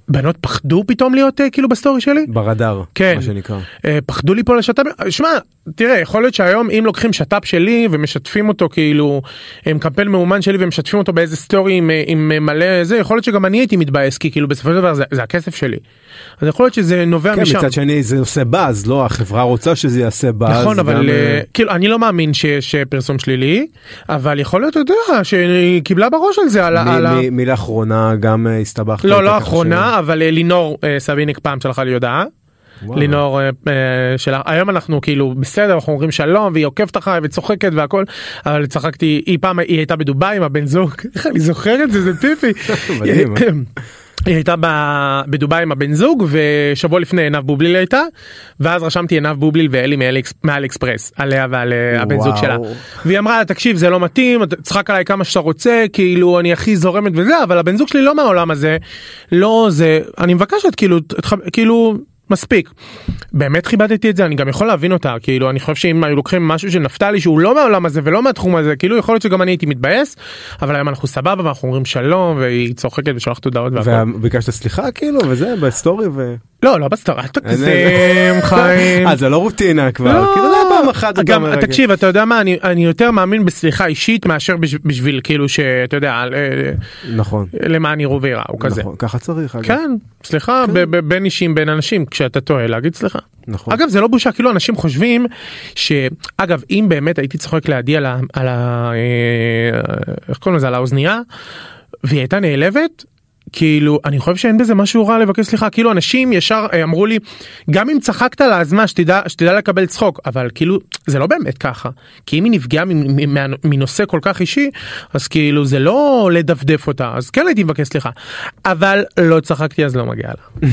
Speaker 3: בנות פחדו פתאום להיות אה, כאילו בסטורי שלי.
Speaker 2: ברדאר,
Speaker 3: כן.
Speaker 2: מה שנקרא.
Speaker 3: אה, פחדו ליפול על שת"פ, שמע, תראה, יכול להיות שהיום אם לוקחים שת"פ שלי ומשתפים אותו כאילו, עם קמפיין מאומן שלי ומשתפים אותו באיזה סטורי עם, אה, עם אה, מלא זה, יכול להיות שגם אני הייתי מתבאס, כי כאילו בסופו של דבר זה, זה הכסף שלי. אז יכול להיות שזה נובע
Speaker 2: כן,
Speaker 3: משם.
Speaker 2: מצד שני זה עושה באז, לא, החברה רוצה שזה יעשה באז.
Speaker 3: נכון אבל
Speaker 2: גם,
Speaker 3: אה,
Speaker 2: אה,
Speaker 3: כאילו אני לא מאמין שיש אה, פרסום שלילי אבל יכול להיות אתה יודע שהיא קיבלה בראש על זה על, ה-
Speaker 2: מי-
Speaker 3: על, ה-
Speaker 2: מי- מי לאחרונה גם אה, הסתבכת.
Speaker 3: לא,
Speaker 2: איתה
Speaker 3: לא
Speaker 2: ככה
Speaker 3: האחרונה, אבל אה, לינור אה, סביניק פעם שלחה לי הודעה.
Speaker 2: וואלה.
Speaker 3: לינור אה, אה, שלה, היום אנחנו כאילו בסדר, אנחנו אומרים שלום והיא עוקבת אחריי וצוחקת והכל, אבל צחקתי, היא פעם, היא הייתה בדובאי עם הבן זוג, <laughs> איך אני זוכר את זה, זה טיפי.
Speaker 2: <laughs> מדהים, אה?
Speaker 3: <coughs> היא הייתה ב- בדובאי עם הבן זוג ושבוע לפני עינב בובליל הייתה ואז רשמתי עינב בובליל ואלי מאליקס- מאל אקספרס עליה ועל אה, הבן זוג שלה.
Speaker 2: וואו.
Speaker 3: והיא אמרה לה תקשיב זה לא מתאים אתה צחק עליי כמה שאתה רוצה כאילו אני הכי זורמת וזה אבל הבן זוג שלי לא מהעולם הזה לא זה אני מבקשת כאילו תח- כאילו מספיק. באמת כיבדתי את זה אני גם יכול להבין אותה כאילו אני חושב שאם היו לוקחים משהו של נפתלי שהוא לא מהעולם הזה ולא מהתחום הזה כאילו יכול להיות שגם אני הייתי מתבאס אבל היום אנחנו סבבה ואנחנו אומרים שלום והיא צוחקת ושולחת הודעות והכל.
Speaker 2: וביקשת סליחה כאילו וזה בסטורי ו...
Speaker 3: לא לא בסדר אל
Speaker 2: <laughs>
Speaker 3: תגזים חיים.
Speaker 2: אה זה לא רוטינה כבר כאילו זה היה פעם אחת
Speaker 3: גם,
Speaker 2: גם רגע.
Speaker 3: תקשיב אתה יודע מה אני אני יותר מאמין בסליחה אישית מאשר בש- בשביל כאילו שאתה יודע על, אה,
Speaker 2: נכון
Speaker 3: למען יראו וייראו כזה.
Speaker 2: נכון, ככה צריך אגב.
Speaker 3: כן סליחה ב- ב- בין אישים בין אנשים כשאתה טועה להגיד סליחה.
Speaker 2: נכון.
Speaker 3: אגב זה לא בושה כאילו אנשים חושבים שאגב אם באמת הייתי צוחק לידי על ה... על ה... אה, איך קוראים לזה על האוזנייה והיא הייתה נעלבת. כאילו אני חושב שאין בזה משהו רע לבקש סליחה כאילו אנשים ישר אה, אמרו לי גם אם צחקת לה אז מה שתדע שתדע לקבל צחוק אבל כאילו זה לא באמת ככה כי אם היא נפגעה מ- מ- מה- מנושא כל כך אישי אז כאילו זה לא לדפדף אותה אז כן הייתי מבקש סליחה אבל לא צחקתי אז לא מגיע לה.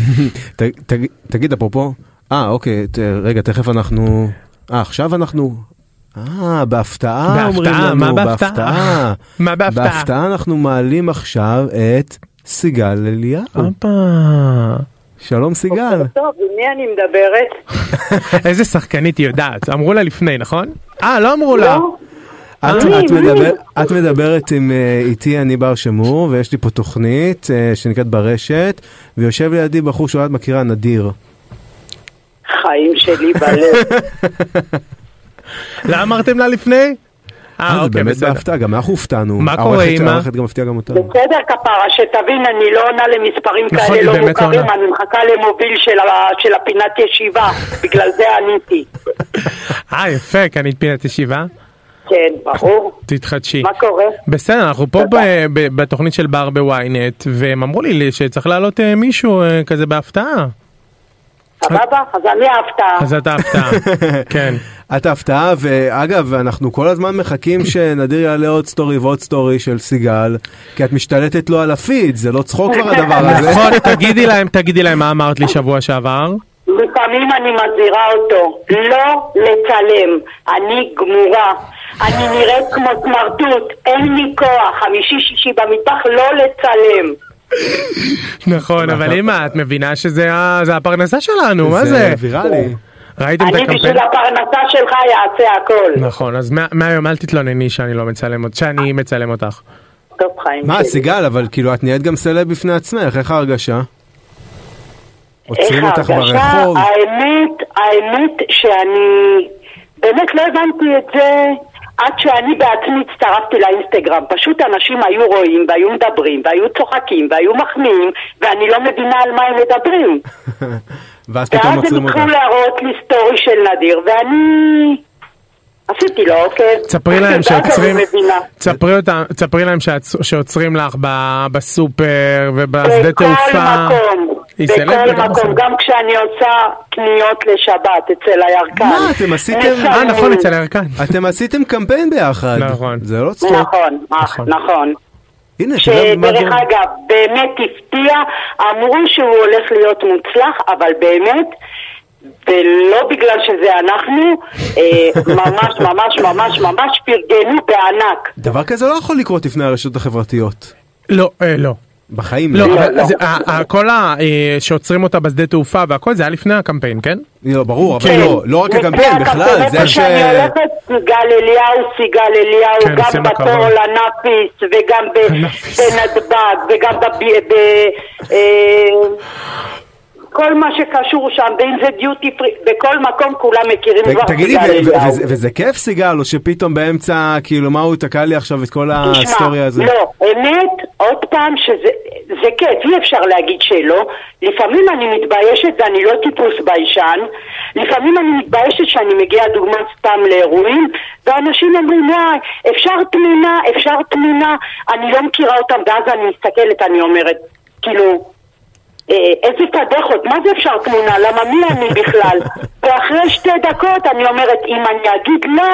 Speaker 2: ת- ת- תגיד אפרופו אה אוקיי ת- רגע תכף אנחנו אה עכשיו אנחנו. אה, בהפתעה אומרים
Speaker 3: בהפתעה,
Speaker 2: לנו,
Speaker 3: מה בהפתעה? <laughs> מה בהפתעה?
Speaker 2: בהפתעה אנחנו מעלים עכשיו את סיגל אליהו.
Speaker 3: אה? הופה.
Speaker 2: שלום
Speaker 3: אה,
Speaker 2: סיגל.
Speaker 4: טוב, עם מי אני מדברת?
Speaker 3: <laughs> איזה שחקנית היא יודעת, אמרו לה לפני נכון? אה לא אמרו לה.
Speaker 4: לא?
Speaker 3: אה,
Speaker 2: את,
Speaker 4: אני,
Speaker 2: את,
Speaker 4: אני.
Speaker 2: מדבר, את מדברת עם, אה, איתי, אני בר שמור, ויש לי פה תוכנית אה, שנקראת ברשת, ויושב לידי בחור שאולי את מכירה, נדיר.
Speaker 4: חיים שלי
Speaker 3: <laughs>
Speaker 4: בלב.
Speaker 3: לא אמרתם לה לפני? אה,
Speaker 2: אה, זה
Speaker 3: אוקיי,
Speaker 2: באמת
Speaker 3: בסדר.
Speaker 2: בהפתעה, גם אנחנו הופתענו.
Speaker 3: מה קורה,
Speaker 2: העורכת-
Speaker 3: אמא?
Speaker 2: העורכת גם הפתיעה גם אותנו.
Speaker 4: בסדר כפרה, שתבין, אני לא עונה למספרים
Speaker 3: נכון,
Speaker 4: כאלה
Speaker 3: היא
Speaker 4: לא
Speaker 3: באמת לא
Speaker 4: מוכרים,
Speaker 3: עונה.
Speaker 4: אני מחכה למוביל של ה- של הפינת
Speaker 3: <laughs>
Speaker 4: ישיבה, בגלל זה עניתי.
Speaker 3: אה, יפה, כאן היא פינת ישיבה.
Speaker 4: כן,
Speaker 3: <laughs>
Speaker 4: ברור.
Speaker 3: תתחדשי.
Speaker 4: מה קורה?
Speaker 3: בסדר, אנחנו פה ב- ב- בתוכנית של בר בוויינט, והם אמרו לי שצריך לעלות אה, מישהו אה, כזה בהפתעה.
Speaker 4: סבבה? אז אני ההפתעה.
Speaker 3: אז אתה הפתעה. כן.
Speaker 2: את ההפתעה, ואגב, אנחנו כל הזמן מחכים שנדיר יעלה עוד סטורי ועוד סטורי של סיגל, כי את משתלטת לו על הפיד, זה לא צחוק כבר הדבר הזה.
Speaker 3: נכון, תגידי להם, תגידי להם מה אמרת לי שבוע שעבר.
Speaker 4: לפעמים אני מזהירה אותו, לא לצלם, אני גמורה. אני נראית כמו סמרטוט, אין לי כוח, חמישי-שישי במטבח לא לצלם.
Speaker 3: נכון, אבל אמא, את מבינה שזה ה- זה הפרנסה שלנו, מה זה? כן.
Speaker 2: ויראלי.
Speaker 3: ראיתם את
Speaker 4: אני
Speaker 3: הקמפיין?
Speaker 4: בשביל הפרנסה שלך אעשה הכל.
Speaker 3: נכון, אז מה- מהיום אל תתלונני שאני לא מצלם אותך, שאני מצלם אותך.
Speaker 4: טוב חיים
Speaker 2: מה,
Speaker 4: שלי.
Speaker 2: סיגל, אבל כאילו את נהיית גם סלב בפני עצמך, איך ההרגשה? עוצרים אותך ברחוב.
Speaker 4: אה, האמת, האמת שאני באמת לא הבנתי את זה עד שאני בעצמי הצטרפתי לאינסטגרם. פשוט אנשים היו רואים והיו מדברים והיו צוחקים והיו מחמיאים ואני לא מבינה על מה הם
Speaker 2: <laughs>
Speaker 4: מדברים.
Speaker 2: ואז פתאום
Speaker 4: ואז הם
Speaker 2: עוצרים אותך.
Speaker 4: התחילו להראות לי סטורי של נדיר ואני עשיתי לו עוקב.
Speaker 3: תספרי להם
Speaker 4: ואז אני
Speaker 3: שעוצרים,
Speaker 4: מבינה.
Speaker 3: תספרי אותם- תספרי להם שעצ- שעוצרים לך ב- בסופר ובשדה
Speaker 4: בכל
Speaker 3: תעופה.
Speaker 4: מקום,
Speaker 3: היא סלב
Speaker 4: בכל
Speaker 3: וגם
Speaker 4: מקום,
Speaker 3: סלב.
Speaker 4: גם כשאני עושה קניות לשבת אצל הירקן.
Speaker 2: מה, אתם עשיתם-
Speaker 4: אין
Speaker 3: אה
Speaker 4: שם-
Speaker 3: נכון אצל הירקן.
Speaker 2: אתם עשיתם קמפיין ביחד.
Speaker 3: נכון.
Speaker 2: זה לא צחוק.
Speaker 4: נכון,
Speaker 3: נכון.
Speaker 4: נכון.
Speaker 2: הנה, את יודעת לא, מה
Speaker 4: שדרך
Speaker 2: גורם?
Speaker 4: אגב, באמת הפתיע, אמרו שהוא הולך להיות מוצלח, אבל באמת, ולא בגלל שזה אנחנו, אה, ממש ממש ממש ממש פרגנו בענק.
Speaker 2: דבר כזה לא יכול לקרות לפני הרשתות החברתיות.
Speaker 3: לא, אה, לא.
Speaker 2: בחיים.
Speaker 3: לא,
Speaker 2: לא.
Speaker 3: אבל זה- ה- ה- כל ה... אה, שעוצרים אותה בשדה תעופה והכל זה היה לפני הקמפיין, כן?
Speaker 2: לא, ברור, אבל
Speaker 3: כן.
Speaker 2: לא, לא רק הקמפיין, בכלל, זה ש...
Speaker 4: שאני הולכת, סיגל אליהו, סיגל אליהו,
Speaker 3: כן, עושים
Speaker 4: גם
Speaker 3: לה
Speaker 4: בתור
Speaker 3: כבוד.
Speaker 4: לנאפיס, וגם ב-
Speaker 3: לנאפיס.
Speaker 4: בנתב"ג, וגם ב... ב- אה, כל מה שקשור שם, ואם זה דיוטי פרי, בכל מקום כולם מכירים כבר
Speaker 2: ת- תגידי,
Speaker 4: סיגל
Speaker 2: ו- ו-
Speaker 4: אליהו.
Speaker 2: וזה- וזה כיף סיגל, או שפתאום באמצע, כאילו, מה הוא תקע לי עכשיו את כל הסטוריה הזו?
Speaker 4: לא, אמת, עוד פעם, שזה זה כיף, אי אפשר להגיד שלא. לפעמים אני מתביישת ואני לא טיפוס ביישן. לפעמים אני מתביישת שאני מגיעה, דוגמא סתם, לאירועים, ואנשים אומרים, וואי, אפשר תמונה, אפשר תמונה, אני לא מכירה אותם, ואז אני מסתכלת, אני אומרת, כאילו... אה, איזה קדחות, מה זה אפשר תמונה? למה מי אני
Speaker 3: <laughs>
Speaker 4: בכלל? ואחרי שתי דקות אני אומרת, אם אני אגיד לא,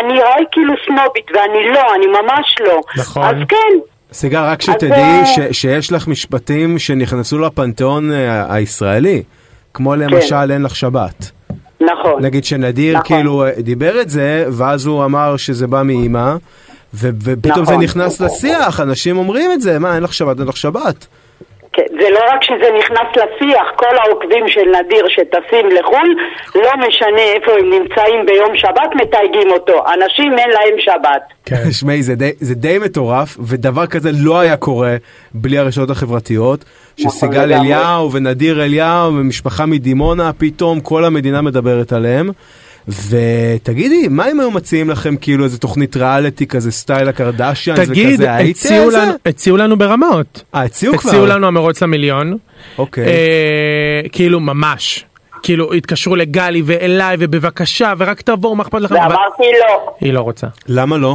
Speaker 4: אני אראה כאילו סנובית, ואני לא, אני ממש לא.
Speaker 3: נכון.
Speaker 4: אז כן,
Speaker 2: סיגל, רק
Speaker 4: אה,
Speaker 2: שתדעי ש- שיש לך משפטים שנכנסו לפנתיאון אה, הישראלי,
Speaker 4: כן.
Speaker 2: כמו למשל אין לך שבת.
Speaker 4: נכון.
Speaker 2: נגיד שנדיר
Speaker 4: נכון.
Speaker 2: כאילו אה, דיבר את זה, ואז הוא אמר שזה בא מאימא, ו- ופתאום זה
Speaker 4: נכון.
Speaker 2: נכנס לשיח, אנשים אומרים את זה, מה אין לך שבת, אין לך שבת.
Speaker 4: כן, זה לא רק שזה נכנס לשיח, כל העוקבים של נדיר שטסים לחו"ל, לא משנה איפה הם נמצאים ביום שבת, מתייגים אותו. אנשים אין להם שבת.
Speaker 3: כן.
Speaker 2: שמעי, זה, די- זה די מטורף, ודבר כזה לא היה קורה בלי הרשתות החברתיות, שסיגל
Speaker 4: לגמרי.
Speaker 2: אליהו ונדיר אליהו ומשפחה מדימונה, פתאום כל המדינה מדברת עליהם. ותגידי, מה אם היו מציעים לכם כאילו איזה תוכנית ריאליטי כזה סטייל הקרדשיאנס
Speaker 3: תגיד,
Speaker 2: וכזה, הייתם
Speaker 3: הציעו
Speaker 2: על זה?
Speaker 3: לנו- הציעו לנו ברמות.
Speaker 2: אה, הציעו כבר.
Speaker 3: הציעו לנו המרוץ למיליון.
Speaker 2: אוקיי.
Speaker 3: אה, כאילו ממש. כאילו התקשרו לגלי ואליי ובבקשה ורק תבואו מה אכפת לכם. אבל-
Speaker 4: ואמרתי לא.
Speaker 3: היא לא רוצה.
Speaker 2: למה לא?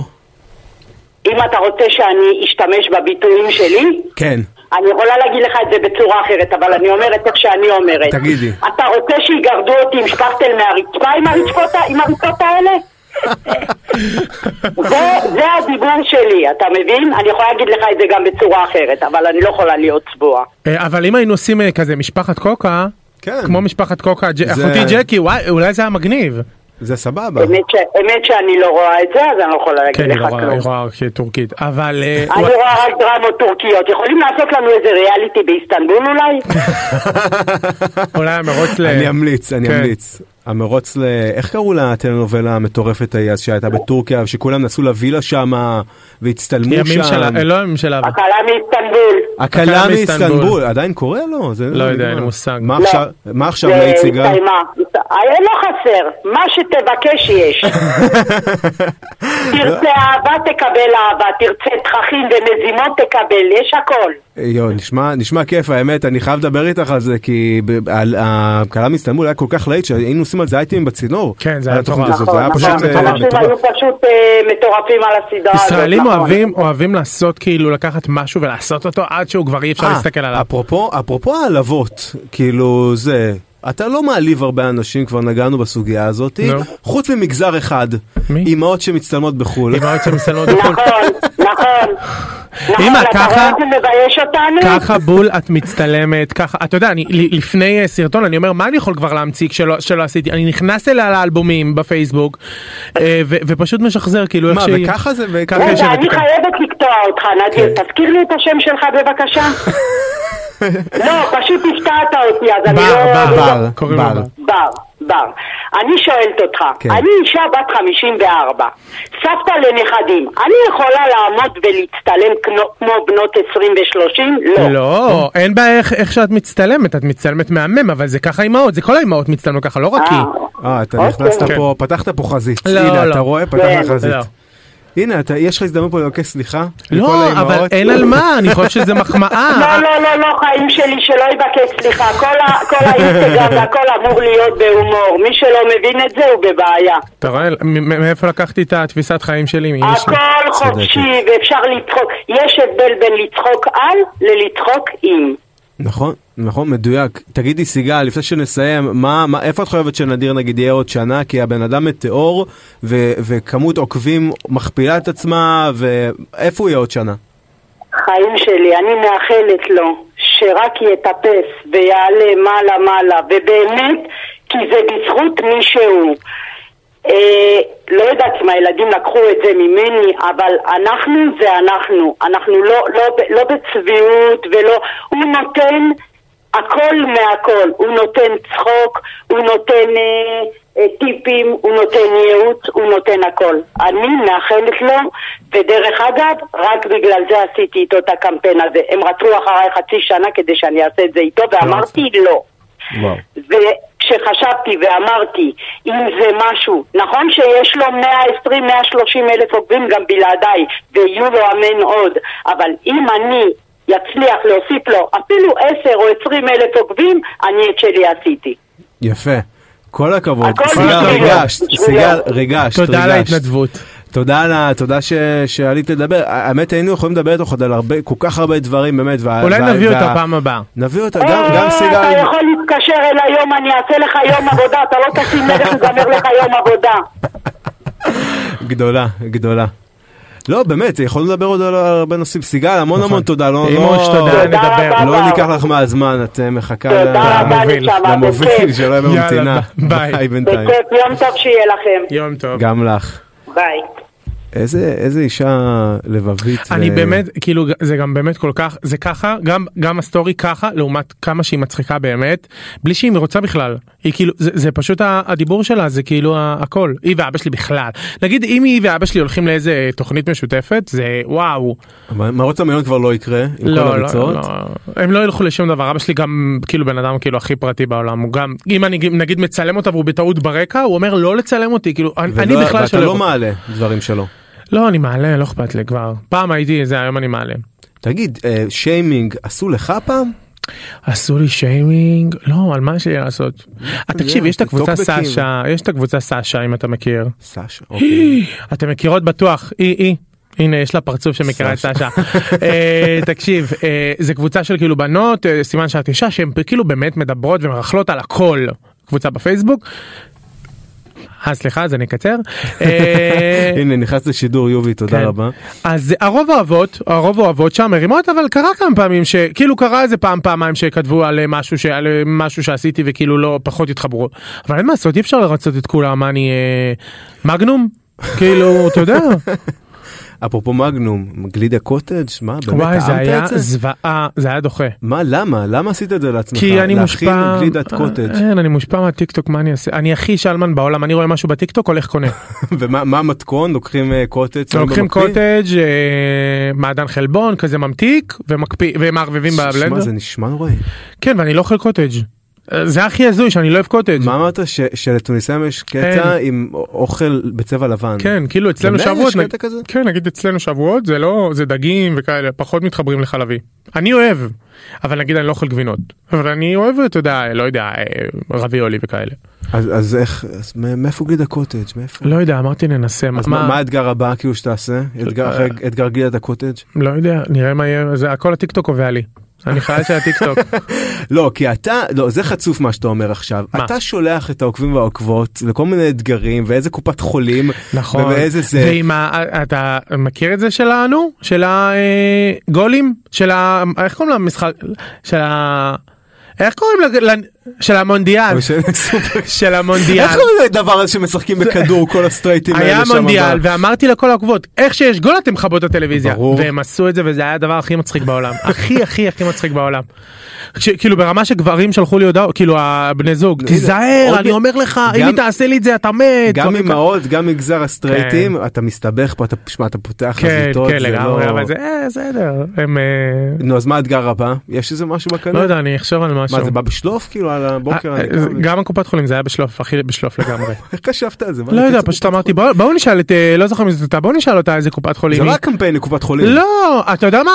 Speaker 4: אם אתה רוצה שאני אשתמש בביטויים שלי,
Speaker 2: כן.
Speaker 4: אני יכולה להגיד לך את זה בצורה אחרת, אבל אני אומרת איך שאני אומרת.
Speaker 2: תגידי.
Speaker 4: אתה רוצה שיגרדו אותי עם שפכטל מהרצפה עם הרצפות, ה- עם הרצפות האלה? זה, זה הדיבור שלי, אתה מבין? אני יכולה להגיד לך את זה גם בצורה אחרת, אבל אני לא יכולה להיות צבועה.
Speaker 3: אה, אבל אם היינו עושים אה, כזה משפחת קוקה,
Speaker 2: כן.
Speaker 3: כמו משפחת קוקה, ג'-
Speaker 2: זה-
Speaker 3: אחותי ג'קי, וואי, אולי זה היה מגניב.
Speaker 2: זה סבבה. <laughs>
Speaker 4: אמת, ש, אמת שאני לא רואה את זה, אז אני לא יכולה להגיד
Speaker 3: כן, היא
Speaker 4: לך
Speaker 3: רואה-
Speaker 4: כלום.
Speaker 3: היא רואה רק טורקית, אבל... אה,
Speaker 4: אני
Speaker 3: וואי,
Speaker 4: רואה רק דרמות טורקיות. יכולים לעשות לנו איזה ריאליטי באיסטנבול אולי?
Speaker 3: אולי המרוץ ל...
Speaker 2: אני אמליץ, אני
Speaker 3: כן.
Speaker 2: אמליץ. המרוץ ל... איך קראו לטלנובלה המטורפת ההיא אז שהייתה בטורקיה, שכולם נסעו לווילה שמה והצטלמו
Speaker 3: ימים
Speaker 2: שם.
Speaker 3: של... אה, לא ימים של אהבה.
Speaker 4: הקלה מאיסטנבול.
Speaker 2: הכלה מאיסטנבול, עדיין קורה לו? זה-
Speaker 3: לא יודע,
Speaker 2: נגמר.
Speaker 3: אין לי מושג.
Speaker 2: מה
Speaker 4: לא.
Speaker 2: עכשיו- מה עכשיו
Speaker 4: זה
Speaker 2: להציגה?
Speaker 4: הסתיימה. לא חסר, מה
Speaker 2: <laughs>
Speaker 4: שתבקש יש. תרצה אהבה תקבל אהבה, תרצה תככים ונזימות תקבל, יש הכל.
Speaker 2: יואו, נשמע, נשמע כיף, האמת, אני חייב לדבר איתך על זה, כי ב- על- הכלה מאיסטנבול היה כל כך להיט שהיינו עושים על זה אייטמים בצינור.
Speaker 3: כן, זה
Speaker 2: על
Speaker 3: היה
Speaker 2: התוכנית
Speaker 3: מטורף.
Speaker 2: הזאת, זה היה
Speaker 4: נכון,
Speaker 2: פשוט
Speaker 3: נכון,
Speaker 2: אה,
Speaker 3: ממש
Speaker 4: אנשים
Speaker 2: מטורף.
Speaker 4: היו פשוט אה, מטורפים על הסדרה הזאת.
Speaker 3: ישראלים
Speaker 4: נכון.
Speaker 3: אוהבים אוהבים לעשות כאילו לקחת משהו ולעשות אותו עד שהוא כבר אי אפשר
Speaker 2: אה,
Speaker 3: להסתכל עליו.
Speaker 2: אפרופו, אפרופו העלבות, כאילו זה, אתה לא מעליב הרבה אנשים, כבר נגענו בסוגיה הזאת,
Speaker 3: נו.
Speaker 2: חוץ ממגזר אחד,
Speaker 3: לא. מי?
Speaker 2: אימהות שמצטלמות בחו"ל.
Speaker 3: עם הארץ
Speaker 2: <laughs>
Speaker 3: שמסלמות בחו"ל.
Speaker 4: נכון, נכון.
Speaker 3: <laughs> אמא,
Speaker 4: נכון, אתה
Speaker 3: ככה-
Speaker 4: רואה איך הוא מבייש אותנו?
Speaker 3: ככה בול את מצטלמת ככה אתה יודע אני ל- לפני אה, סרטון אני אומר מה אני יכול כבר להמציא כשלא שלא עשיתי אני נכנס אליה לאלבומים בפייסבוק אה, ו- ופשוט משחזר כאילו איך
Speaker 2: מה,
Speaker 3: שהיא
Speaker 2: וככה זה, וככה
Speaker 3: ככה
Speaker 4: רגע,
Speaker 3: יש
Speaker 2: יושבת
Speaker 4: אני
Speaker 3: כאן.
Speaker 4: חייבת לקטוע אותך, נדיר.
Speaker 2: כן.
Speaker 4: תזכיר לי את השם שלך
Speaker 2: <laughs>
Speaker 4: בבקשה. לא, פשוט הפתעת אותי, אז אני לא...
Speaker 3: בר
Speaker 4: אני לא-
Speaker 2: בר,
Speaker 3: קוראים
Speaker 2: בר.
Speaker 3: לה בר.
Speaker 4: בר, בר. אני שואלת אותך,
Speaker 2: כן.
Speaker 4: אני אישה בת 54, סבתא לנכדים, אני יכולה לעמוד ולהצטלם כמו- כמו בנות 20 ו-30? לא.
Speaker 3: לא אין בעיה איך- איך שאת מצטלמת את מצטלמת מהמם אבל זה ככה אימהות זה כל האימהות מצטלמות ככה לא רק
Speaker 4: אה,
Speaker 3: היא.
Speaker 2: אה, אתה
Speaker 4: אוקיי.
Speaker 2: נכנסת
Speaker 3: כן.
Speaker 2: פה, פתחת פה חזית.
Speaker 3: לא,
Speaker 2: הנה,
Speaker 3: לא.
Speaker 2: אתה רואה?
Speaker 4: כן.
Speaker 2: פתחת חזית.
Speaker 3: לא.
Speaker 2: הנה, אתה- יש לך הזדמנות פה לבקש סליחה? מכל
Speaker 3: לא אבל
Speaker 2: האימהות.
Speaker 3: אין על מה אני חושב שזה מחמאה.
Speaker 4: <laughs> לא, לא, לא, לא, חיים שלי, שלא יבקש סליחה. כל ה- כל האינסטגרם והכל אמור להיות בהומור. מי שלא מבין את זה הוא בבעיה.
Speaker 3: אתה רואה מ- מ- מאיפה לקחתי את התפיסת חיים שלי מאמא שלי.
Speaker 4: הכל חופשי ואפשר לצחוק. יש הבדל בין לצחוק על ללצחוק עם.
Speaker 2: נכון, נכון, מדויק. תגידי, סיגל, לפני שנסיים, מה, מה, איפה את חושבת שנדיר נגיד יהיה עוד שנה? כי הבן אדם מטאור, ו- וכמות עוקבים מכפילה את עצמה, ואיפה הוא יהיה עוד שנה?
Speaker 4: חיים שלי, אני מאחלת לו שרק יטפס ויעלה מעלה מעלה, ובאמת, כי זה בזכות מישהו. אה, לא יודעת מה, ילדים לקחו את זה ממני, אבל אנחנו זה אנחנו. אנחנו לא, לא, ב- לא בצביעות ולא... הוא נותן הכל מהכל. הוא נותן צחוק, הוא נותן אה, אה, טיפים, הוא נותן ייעוץ, הוא נותן הכל. אני מאחלת לו, ודרך אגב, רק בגלל זה עשיתי איתו את הקמפיין הזה. הם רצו אחריי חצי שנה כדי שאני אעשה את זה איתו, ואמרתי לא.
Speaker 2: וואו.
Speaker 4: וכשחשבתי ואמרתי, אם זה משהו, נכון שיש לו 120-130 אלף עוקבים גם בלעדיי, ויהיו לו אמן עוד, אבל אם אני יצליח להוסיף לו אפילו 10 או 20 אלף עוקבים, אני את שלי עשיתי.
Speaker 2: יפה. כל הכבוד.
Speaker 4: הכל
Speaker 2: סיגל,
Speaker 3: בשבילו,
Speaker 2: ריגשת,
Speaker 4: בשבילו.
Speaker 2: סיגל, ריגשת.
Speaker 3: תודה על
Speaker 2: ריגשת.
Speaker 3: ההתנדבות.
Speaker 2: תודה על ה... תודה ש... שעלית לדבר. האמת, היינו יכולים לדבר איתך עוד על הרבה, כל כך הרבה דברים, באמת. וה...
Speaker 3: אולי
Speaker 2: וה-
Speaker 3: נביא
Speaker 2: וה-
Speaker 3: אותה פעם הבאה.
Speaker 2: נביא אותה, גם, גם
Speaker 4: אה,
Speaker 2: סיגל.
Speaker 4: אתה יכול להתקשר אל היום, אני אעשה לך יום עבודה, אתה לא תשים מלך, הוא גמר לך יום עבודה.
Speaker 2: גדולה, גדולה. לא, באמת, יכולנו לדבר עוד על הרבה נושאים. סיגל, המון
Speaker 3: נכון.
Speaker 2: המון תודה. לא,
Speaker 3: אמא,
Speaker 2: לא,
Speaker 3: שתודה,
Speaker 4: תודה
Speaker 3: נדבר.
Speaker 4: רבה.
Speaker 2: לא ניקח לך מהזמן, את אה, מחכה ל-
Speaker 4: תודה רבה כן.
Speaker 3: למוביל,
Speaker 4: נשמה,
Speaker 2: למוביל,
Speaker 4: בכיף.
Speaker 2: שלא יהיה
Speaker 3: יאללה,
Speaker 2: ממתינה.
Speaker 3: ב- ביי.
Speaker 2: ביי בינתיים.
Speaker 4: בכיף, יום טוב שיהיה לכם.
Speaker 3: יום טוב.
Speaker 2: גם לך.
Speaker 4: ביי.
Speaker 2: איזה איזה אישה לבבית. אה, ו-
Speaker 3: אני באמת כאילו זה גם באמת כל כך זה ככה גם גם הסטורי ככה לעומת כמה שהיא מצחיקה באמת בלי שהיא רוצה בכלל היא כאילו זה, זה פשוט ה- הדיבור שלה זה כאילו ה- הכל היא ואבא שלי בכלל נגיד אם היא ואבא שלי הולכים לאיזה תוכנית משותפת זה וואו
Speaker 2: מה- מרוץ המיליון כבר לא יקרה, עם כל
Speaker 3: לא, לא,
Speaker 2: הריצות.
Speaker 3: לא הם לא ילכו לשום דבר אבא שלי גם כאילו בן אדם כאילו הכי פרטי בעולם הוא גם אם אני נגיד מצלם אותה והוא בטעות ברקע הוא אומר לא לצלם אותי כאילו אני,
Speaker 2: ולא-
Speaker 3: אני בכלל
Speaker 2: ואתה לא
Speaker 3: רוצה."
Speaker 2: מעלה דברים שלו.
Speaker 3: לא אני מעלה לא אכפת לי כבר פעם הייתי זה היום אני מעלה.
Speaker 2: תגיד, אה, שיימינג עשו לך פעם?
Speaker 3: עשו לי שיימינג לא על מה יש לי לעשות. אה, תקשיב יש את הקבוצה
Speaker 2: טוקבקים.
Speaker 3: סשה יש את הקבוצה סשה אם אתה מכיר.
Speaker 2: סשה, אוקיי.
Speaker 3: אתם מכירות בטוח היא היא. הנה יש לה פרצוף שמכירה את סשה. אה, תקשיב אה, זה קבוצה של כאילו בנות אה, סימן שאת אישה שהן כאילו באמת מדברות ומרכלות על הכל קבוצה בפייסבוק. אה סליחה אז אני אקצר. <gasps> אה,
Speaker 2: הנה, נכנס לשידור יובי, תודה
Speaker 3: כן.
Speaker 2: רבה.
Speaker 3: אז הרוב אוהבות, הרוב אוהבות שם מרימות, אבל קרה כמה פעמים שכאילו קרה איזה פעם פעמיים שכתבו על אה, משהו, ש... על אה, משהו שעשיתי וכאילו לא פחות התחברו. אבל אין מה
Speaker 2: <laughs>
Speaker 3: לעשות, אי אפשר לרצות את כולם, מה אני אה, מגנום? כאילו, אתה יודע,
Speaker 2: אפרופו מגנום, גלידה קוטג', מה, באמת
Speaker 3: וואי, זה היה
Speaker 2: טעמת את זה?
Speaker 3: זוועה, זה היה דוחה.
Speaker 2: מה, למה? למה עשית את זה לעצמך?
Speaker 3: כי אני
Speaker 2: להכין
Speaker 3: מושפע, אה,
Speaker 2: גלידת קוטג',
Speaker 3: אין, אני מושפע מהטיקטוק, מה אני אעשה? אני הכי שלמן בעולם, אני רואה משהו בטיקטוק, הולך
Speaker 2: <laughs>
Speaker 3: קונה.
Speaker 2: <laughs> ומה מה המתכון? לוקחים אה, קוטג', שמים
Speaker 3: לוקחים
Speaker 2: במקפיא?
Speaker 3: קוטג', אה, מעדן חלבון, כזה ממתיק, ומקפיא- ומערבבים
Speaker 2: שמע,
Speaker 3: בבלנדר.
Speaker 2: זה נשמע נוראי.
Speaker 3: כן, ואני לא אוכל קוטג'. אה, זה הכי הזוי שאני לא אוהב קוטג'.
Speaker 2: מה אמרת? ש- שלטוניסאים יש קטע עם אוכל בצבע לבן.
Speaker 3: כן, כאילו
Speaker 2: גם
Speaker 3: אצלנו
Speaker 2: להם
Speaker 3: שבועות,
Speaker 2: יש קטע כזה?
Speaker 3: כן, נגיד אצלנו שבועות, זה לא, זה דגים וכאלה, פחות מתחברים לחלבי. אני אוהב, אבל נגיד אני לא אוכל גבינות. אבל אני אוהב, אתה יודע, לא יודע, אה, רביולי וכאלה.
Speaker 2: אז אז איך, אז מ- מאיפה גלידה קוטג'? מאיפה?
Speaker 3: לא יודע, אמרתי ננסה,
Speaker 2: אז מה מה האתגר הבא כאילו שתעשה? אתגר אחרי-
Speaker 3: אה.
Speaker 2: אתגר גלידת הקוטג'?
Speaker 3: לא יודע, נראה מה יהיה, זה הכל הטיקטוק קובע לי. אני חייל של
Speaker 2: <laughs>
Speaker 3: הטיקטוק.
Speaker 2: לא, כי אתה, לא, זה חצוף מה שאתה אומר עכשיו.
Speaker 3: מה?
Speaker 2: אתה שולח את העוקבים והעוקבות לכל מיני אתגרים, ואיזה קופת חולים,
Speaker 3: נכון.
Speaker 2: ובאיזה זה. <laughs>
Speaker 3: ועם ה... אתה מכיר את זה שלנו? של הגולים? של ה... איך קוראים למשחק? של ה... איך קוראים לג- ל... של המונדיאל?
Speaker 2: אבל שאלה סופר-
Speaker 3: של המונדיאל.
Speaker 2: איך קוראים לדבר הזה שמשחקים בכדור כל הסטרייטים האלה
Speaker 3: היה
Speaker 2: שם?
Speaker 3: מונדיאל
Speaker 2: ב-
Speaker 3: ואמרתי לכל העוקבות איך שיש גול אתם מכבות את הטלוויזיה
Speaker 2: ברור.
Speaker 3: והם עשו את זה וזה היה הדבר הכי מצחיק בעולם הכי הכי הכי מצחיק בעולם. כש- כאילו ברמה שגברים שלחו לי הודעות כאילו הבני זוג תיזהר
Speaker 2: עוד
Speaker 3: אני
Speaker 2: מ-
Speaker 3: אומר לך אם
Speaker 2: גם-
Speaker 3: היא תעשה לי את זה אתה מת.
Speaker 2: גם
Speaker 3: דברים כאלה.
Speaker 2: אימהות, גם מגזר הסטרייטים, אתה מסתבך פה, אתה, שמע, אתה פותח
Speaker 3: כן
Speaker 2: חזיתות,
Speaker 3: כן
Speaker 2: זה
Speaker 3: לגמרי
Speaker 2: לא-
Speaker 3: אבל זה אה, בסדר הם אה,
Speaker 2: נו, אז מה האתגר הבא? יש איזה משהו בקנה?
Speaker 3: לא יודע אני אחשוב על משהו.
Speaker 2: מה, זה בא בשלוף? כאילו, על הבוקר?
Speaker 3: אה,
Speaker 2: אני
Speaker 3: אה,
Speaker 2: קם?
Speaker 3: גם הקופת חולים זה היה בשלוף הכי
Speaker 2: <laughs>
Speaker 3: בשלוף לגמרי.
Speaker 2: איך חשבת על זה? מה,
Speaker 3: לא
Speaker 2: אתה
Speaker 3: יודע
Speaker 2: יוצא
Speaker 3: פשוט
Speaker 2: קופת
Speaker 3: אמרתי בוא- בואו נשאל את אה, לא זוכר מי זאת הייתה בואו נשאל אותה איזה
Speaker 2: חולים?
Speaker 3: קופת חולים.
Speaker 2: זה
Speaker 3: היא.
Speaker 2: לא היה קמפיין לקופת חולים.
Speaker 3: לא, אתה יודע מה?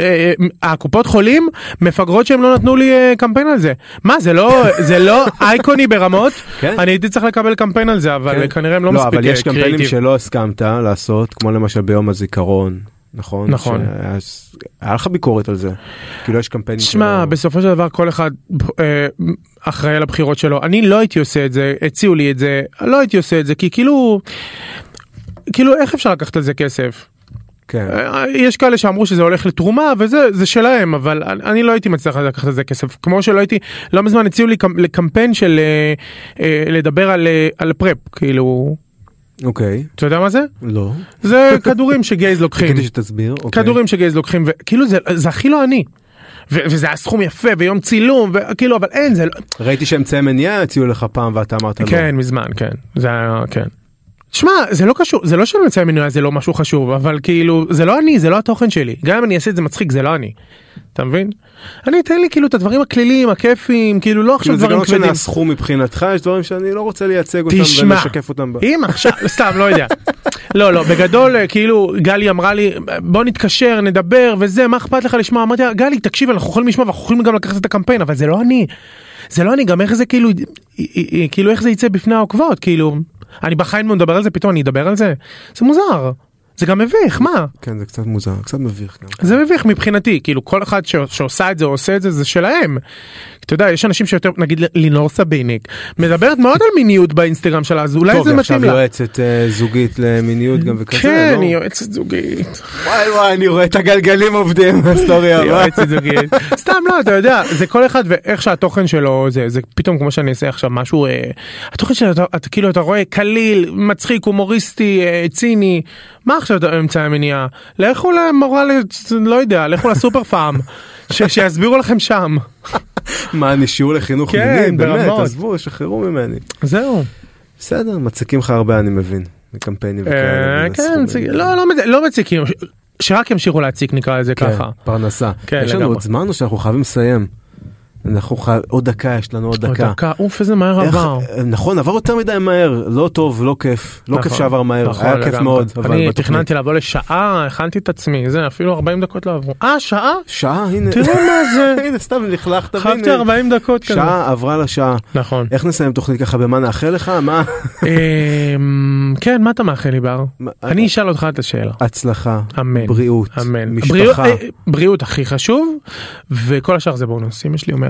Speaker 3: אה, אה, הקופות חולים מפגרות שהם לא נתנו לי אה, קמפיין על זה. מה זה לא זה
Speaker 2: <laughs>
Speaker 3: לא אייקוני ברמות?
Speaker 2: כן.
Speaker 3: אני הייתי צריך לקבל קמפיין על זה אבל
Speaker 2: כן?
Speaker 3: כנראה הם לא מספיק
Speaker 2: אבל יש
Speaker 3: אה,
Speaker 2: קמפיינים
Speaker 3: קריאיטיב.
Speaker 2: שלא הסכמת לעשות, כמו למשל ביום הזיכרון, נכון?
Speaker 3: נכון.
Speaker 2: שהיה- היה לך ביקורת על זה. כאילו, יש קמפיינים
Speaker 3: שמע בסופו של דבר כל אחד אה, אחראי על הבחירות שלו אני לא הייתי עושה את זה הציעו לי את זה לא הייתי עושה את זה כי כאילו כאילו איך אפשר לקחת על זה כסף.
Speaker 2: כן.
Speaker 3: אה, יש כאלה שאמרו שזה הולך לתרומה וזה זה שלהם אבל אני אני לא הייתי מצליח לקחת על זה כסף כמו שלא הייתי לא מזמן הציעו לי קמ- לקמפיין של אה, אה, לדבר על אה, על פרפ כאילו
Speaker 2: אוקיי.
Speaker 3: אתה יודע מה זה
Speaker 2: לא.
Speaker 3: זה כדורים שגייז לוקחים
Speaker 2: כדי שתסביר. אוקיי.
Speaker 3: כן. כדורים שגייז לוקחים וכאילו זה זה הכי לא אני. ו- וזה היה סכום יפה ויום צילום וכאילו אבל אין זה לא...
Speaker 2: ראיתי שאמצעי מניעה הציעו לך פעם ואתה אמרת לא.
Speaker 3: כן מזמן כן זה היה כן. שמע זה לא קשור זה לא שממצאי מנויה זה לא משהו חשוב אבל כאילו זה לא אני זה לא התוכן שלי גם אם אני אעשה את זה מצחיק זה לא אני. אתה מבין? אני אתן לי כאילו את הדברים הכלילים הכיפים כאילו לא עכשיו
Speaker 2: כאילו, זה גם
Speaker 3: דברים
Speaker 2: לא
Speaker 3: כבדים.
Speaker 2: שנאסחו מבחינתך, יש דברים שאני לא רוצה לייצג אותם
Speaker 3: תשמע,
Speaker 2: ולשקף אותם. ב-
Speaker 3: אם עכשיו, <laughs> סתם, לא יודע. לא, לא, בגדול, אה, כאילו, גלי אמרה לי, בוא נתקשר, נדבר, וזה, מה אכפת לך לשמוע? אמרתי לה, גלי, תקשיב, אנחנו יכולים לשמוע ואנחנו יכולים גם לקחת את הקמפיין, אבל זה לא אני. זה לא אני, גם איך זה כאילו, אה, אה, כאילו, איך זה יצא בפני העוקבות, כאילו, אני בחיים לא מדבר על זה, פתאום אני אדבר על זה? זה מוזר. זה גם מביך, מה?
Speaker 2: כן, זה קצת מוזר, קצת מביך גם.
Speaker 3: זה מביך מבחינתי, כאילו כל אחד ש- שעושה את זה או עושה את זה, זה שלהם. אתה יודע, יש אנשים שיותר, נגיד ל- לינור סביניק, מדברת מאוד על מיניות באינסטגרם שלה, אז אולי
Speaker 2: טוב,
Speaker 3: זה
Speaker 2: היא עכשיו
Speaker 3: מתאים לה.
Speaker 2: יועצת אה, זוגית למיניות גם וכזה,
Speaker 3: כן,
Speaker 2: לא?
Speaker 3: היא
Speaker 2: <laughs>
Speaker 3: יועצת זוגית.
Speaker 2: וואי וואי, אני רואה את הגלגלים עובדים <laughs> בסטורי
Speaker 3: היא
Speaker 2: הבא.
Speaker 3: יועצת זוגית. <laughs> סתם לא, אתה יודע, זה כל אחד ואיך שהתוכן שלו זה, זה פתאום כמו שאני אעשה עכשיו משהו, אה, התוכן שלו, אתה, אתה כאילו אתה רואה קליל, מצחיק, הומוריסטי, אה, ציני, מה עכשיו אתה- אמצעי המניעה? לכו למורה, ל- לא יודע, לכו לסופר פארם,
Speaker 2: <laughs>
Speaker 3: ש- שיסבירו לכם שם.
Speaker 2: מה, אני שיעור לחינוך
Speaker 3: כן,
Speaker 2: מיני? באמת,
Speaker 3: ברמות.
Speaker 2: עזבו, שחררו ממני.
Speaker 3: זהו.
Speaker 2: בסדר, מציקים לך הרבה, אני מבין. מקמפיינים
Speaker 3: אה,
Speaker 2: וכאלה.
Speaker 3: כן,
Speaker 2: וסכומים.
Speaker 3: מצ- לא, לא מצ- לא מציקים, ש- שרק ימשיכו להציק נקרא לזה
Speaker 2: כן,
Speaker 3: ככה.
Speaker 2: פרנסה.
Speaker 3: כן,
Speaker 2: יש לנו
Speaker 3: לגמרי.
Speaker 2: עוד זמן או שאנחנו חייבים לסיים? אנחנו חייב... עוד דקה, יש לנו עוד
Speaker 3: עוד
Speaker 2: דקה.
Speaker 3: דקה, אוף איזה מהר
Speaker 2: איך-
Speaker 3: עבר.
Speaker 2: נכון, עבר יותר מדי מהר, לא טוב, לא כיף. לא כיף
Speaker 3: נכון,
Speaker 2: שעבר מהר,
Speaker 3: נכון,
Speaker 2: היה כיף
Speaker 3: לגמרי.
Speaker 2: מאוד. אבל
Speaker 3: אני
Speaker 2: בתוכנית-
Speaker 3: תכננתי לבוא לשעה, הכנתי את עצמי, זה אפילו 40 דקות לא עברו. אה, שעה?
Speaker 2: שעה, הנה.
Speaker 3: תראו מה זה.
Speaker 2: <laughs> הנה, סתם לכלכת.
Speaker 3: חייבתי
Speaker 2: והנה,
Speaker 3: 40 דקות כזה.
Speaker 2: שעה עברה לשעה. <laughs>
Speaker 3: נכון.
Speaker 2: איך נסיים תוכנית ככה במה נאחל לך?
Speaker 3: <laughs>
Speaker 2: מה?
Speaker 3: אמ, כן, מה אתה מאחל לי בר?
Speaker 2: מה-
Speaker 3: אני אשאל אותך את השאלה.
Speaker 2: הצלחה,
Speaker 3: אמן.
Speaker 2: בריאות,
Speaker 3: אמן. בריאות-
Speaker 2: משפחה.
Speaker 3: אה, בריאות הכי חשוב, וכל השאר זה בונוס, אמא שלי אומרת.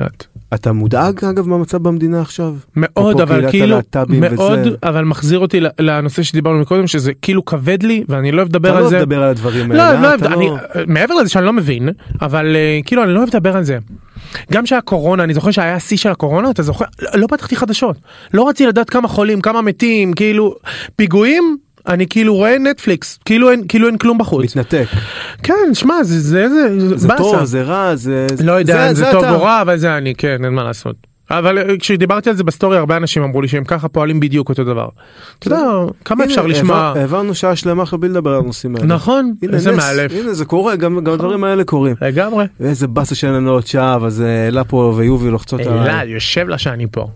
Speaker 2: אתה מודאג אגב מהמצב במדינה עכשיו?
Speaker 3: מאוד
Speaker 2: ופה
Speaker 3: אבל
Speaker 2: קהילת
Speaker 3: כאילו
Speaker 2: הלהט"בים וזה.
Speaker 3: מאוד אבל מחזיר אותי ל- לנושא שדיברנו מקודם שזה כאילו כבד לי ואני לא אוהב לדבר
Speaker 2: אתה
Speaker 3: על
Speaker 2: לא
Speaker 3: זה.
Speaker 2: מדבר על הדברים
Speaker 3: לא,
Speaker 2: האלה.
Speaker 3: אני לא אוהב,
Speaker 2: אתה
Speaker 3: אני,
Speaker 2: לא-
Speaker 3: מעבר לזה שאני לא מבין, אבל אה, כאילו אני לא אוהב לדבר על זה. גם שהקורונה, אני זוכר שהיה השיא של הקורונה, אתה זוכר? לא, לא פתחתי חדשות. לא רציתי לדעת כמה חולים, כמה מתים, כאילו, פיגועים, אני כאילו רואה נטפליקס, כאילו אין, כאילו אין כלום בחוץ.
Speaker 2: מתנתק.
Speaker 3: כן, שמע, זה, זה, זה,
Speaker 2: זה
Speaker 3: באסה.
Speaker 2: טוב, זה רע, זה...
Speaker 3: לא יודע אם זה, טוב
Speaker 2: אתה.
Speaker 3: או רע, אבל זה אני, כן, אין מה לעשות. אבל אה, כשדיברתי על זה בסטורי, הרבה אנשים אמרו לי שהם ככה פועלים בדיוק אותו דבר. אתה יודע, כמה
Speaker 2: הנה,
Speaker 3: אפשר לשמוע...
Speaker 2: העבר- העברנו שעה שלמה עכשיו בלי לדבר על הנושאים האלה.
Speaker 3: נכון,
Speaker 2: הנה,
Speaker 3: איזה
Speaker 2: נס,
Speaker 3: מאלף.
Speaker 2: הנה זה קורה, גם גם הדברים האלה קורים.
Speaker 3: לגמרי.
Speaker 2: איזה באסה שאין לנו עוד שעה, אבל זה אלה פה ויובי לוחצות
Speaker 3: אלה,
Speaker 2: ה...
Speaker 3: יושב לה שאני פה.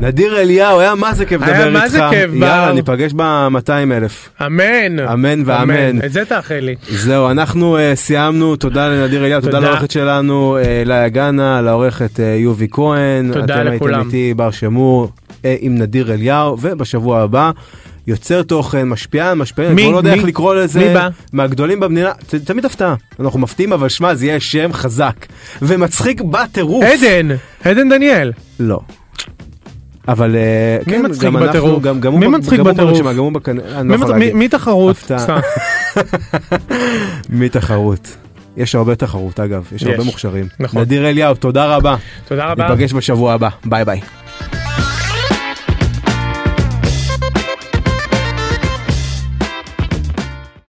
Speaker 2: נדיר אליהו, היה מה זה כיף
Speaker 3: היה
Speaker 2: לדבר
Speaker 3: מה
Speaker 2: איתך.
Speaker 3: זה כיף,
Speaker 2: יאללה,
Speaker 3: בר.
Speaker 2: ניפגש ב-200 אלף.
Speaker 3: אמן.
Speaker 2: אמן ואמן.
Speaker 3: את זה תאחל לי.
Speaker 2: זהו, אנחנו אה, סיימנו, תודה לנדיר אליהו, תודה
Speaker 3: תודה.
Speaker 2: לעורכת שלנו, אה, אלה גאנה, לעורכת אה, יובי כהן.
Speaker 3: תודה
Speaker 2: אתם
Speaker 3: לכולם.
Speaker 2: הייתם איתי בר שמור אה, עם נדיר אליהו, ובשבוע הבא יוצר תוכן, משפיען, משפיען,
Speaker 3: מי?
Speaker 2: אני כבר לא יודע
Speaker 3: מי?
Speaker 2: איך לקרוא לזה,
Speaker 3: מי בא?
Speaker 2: מהגדולים במדינה, ת- תמיד הפתעה, אנחנו מפתיעים, אבל שמע, זה יהיה שם חזק, ומצחיק בטירוף.
Speaker 3: עדן, עדן דניאל.
Speaker 2: לא. אבל אה,
Speaker 3: מי
Speaker 2: כן,
Speaker 3: מצחיק
Speaker 2: גם אנחנו,
Speaker 3: בטירוף?
Speaker 2: גם גם הוא
Speaker 3: מי
Speaker 2: ב-
Speaker 3: מצחיק
Speaker 2: גם הוא
Speaker 3: בטירוף?
Speaker 2: ברשימה, גם הוא בקנה, אני לא
Speaker 3: מי
Speaker 2: יכול
Speaker 3: מצ- מי-
Speaker 2: להגיד.
Speaker 3: מי תחרות?
Speaker 2: הפתעה.
Speaker 3: סתם.
Speaker 2: מתחרות. יש הרבה תחרות אגב, יש
Speaker 3: יש.
Speaker 2: הרבה מוכשרים.
Speaker 3: נכון.
Speaker 2: נדיר אליהו, תודה רבה.
Speaker 3: תודה רבה.
Speaker 2: ניפגש בשבוע הבא, ביי ביי.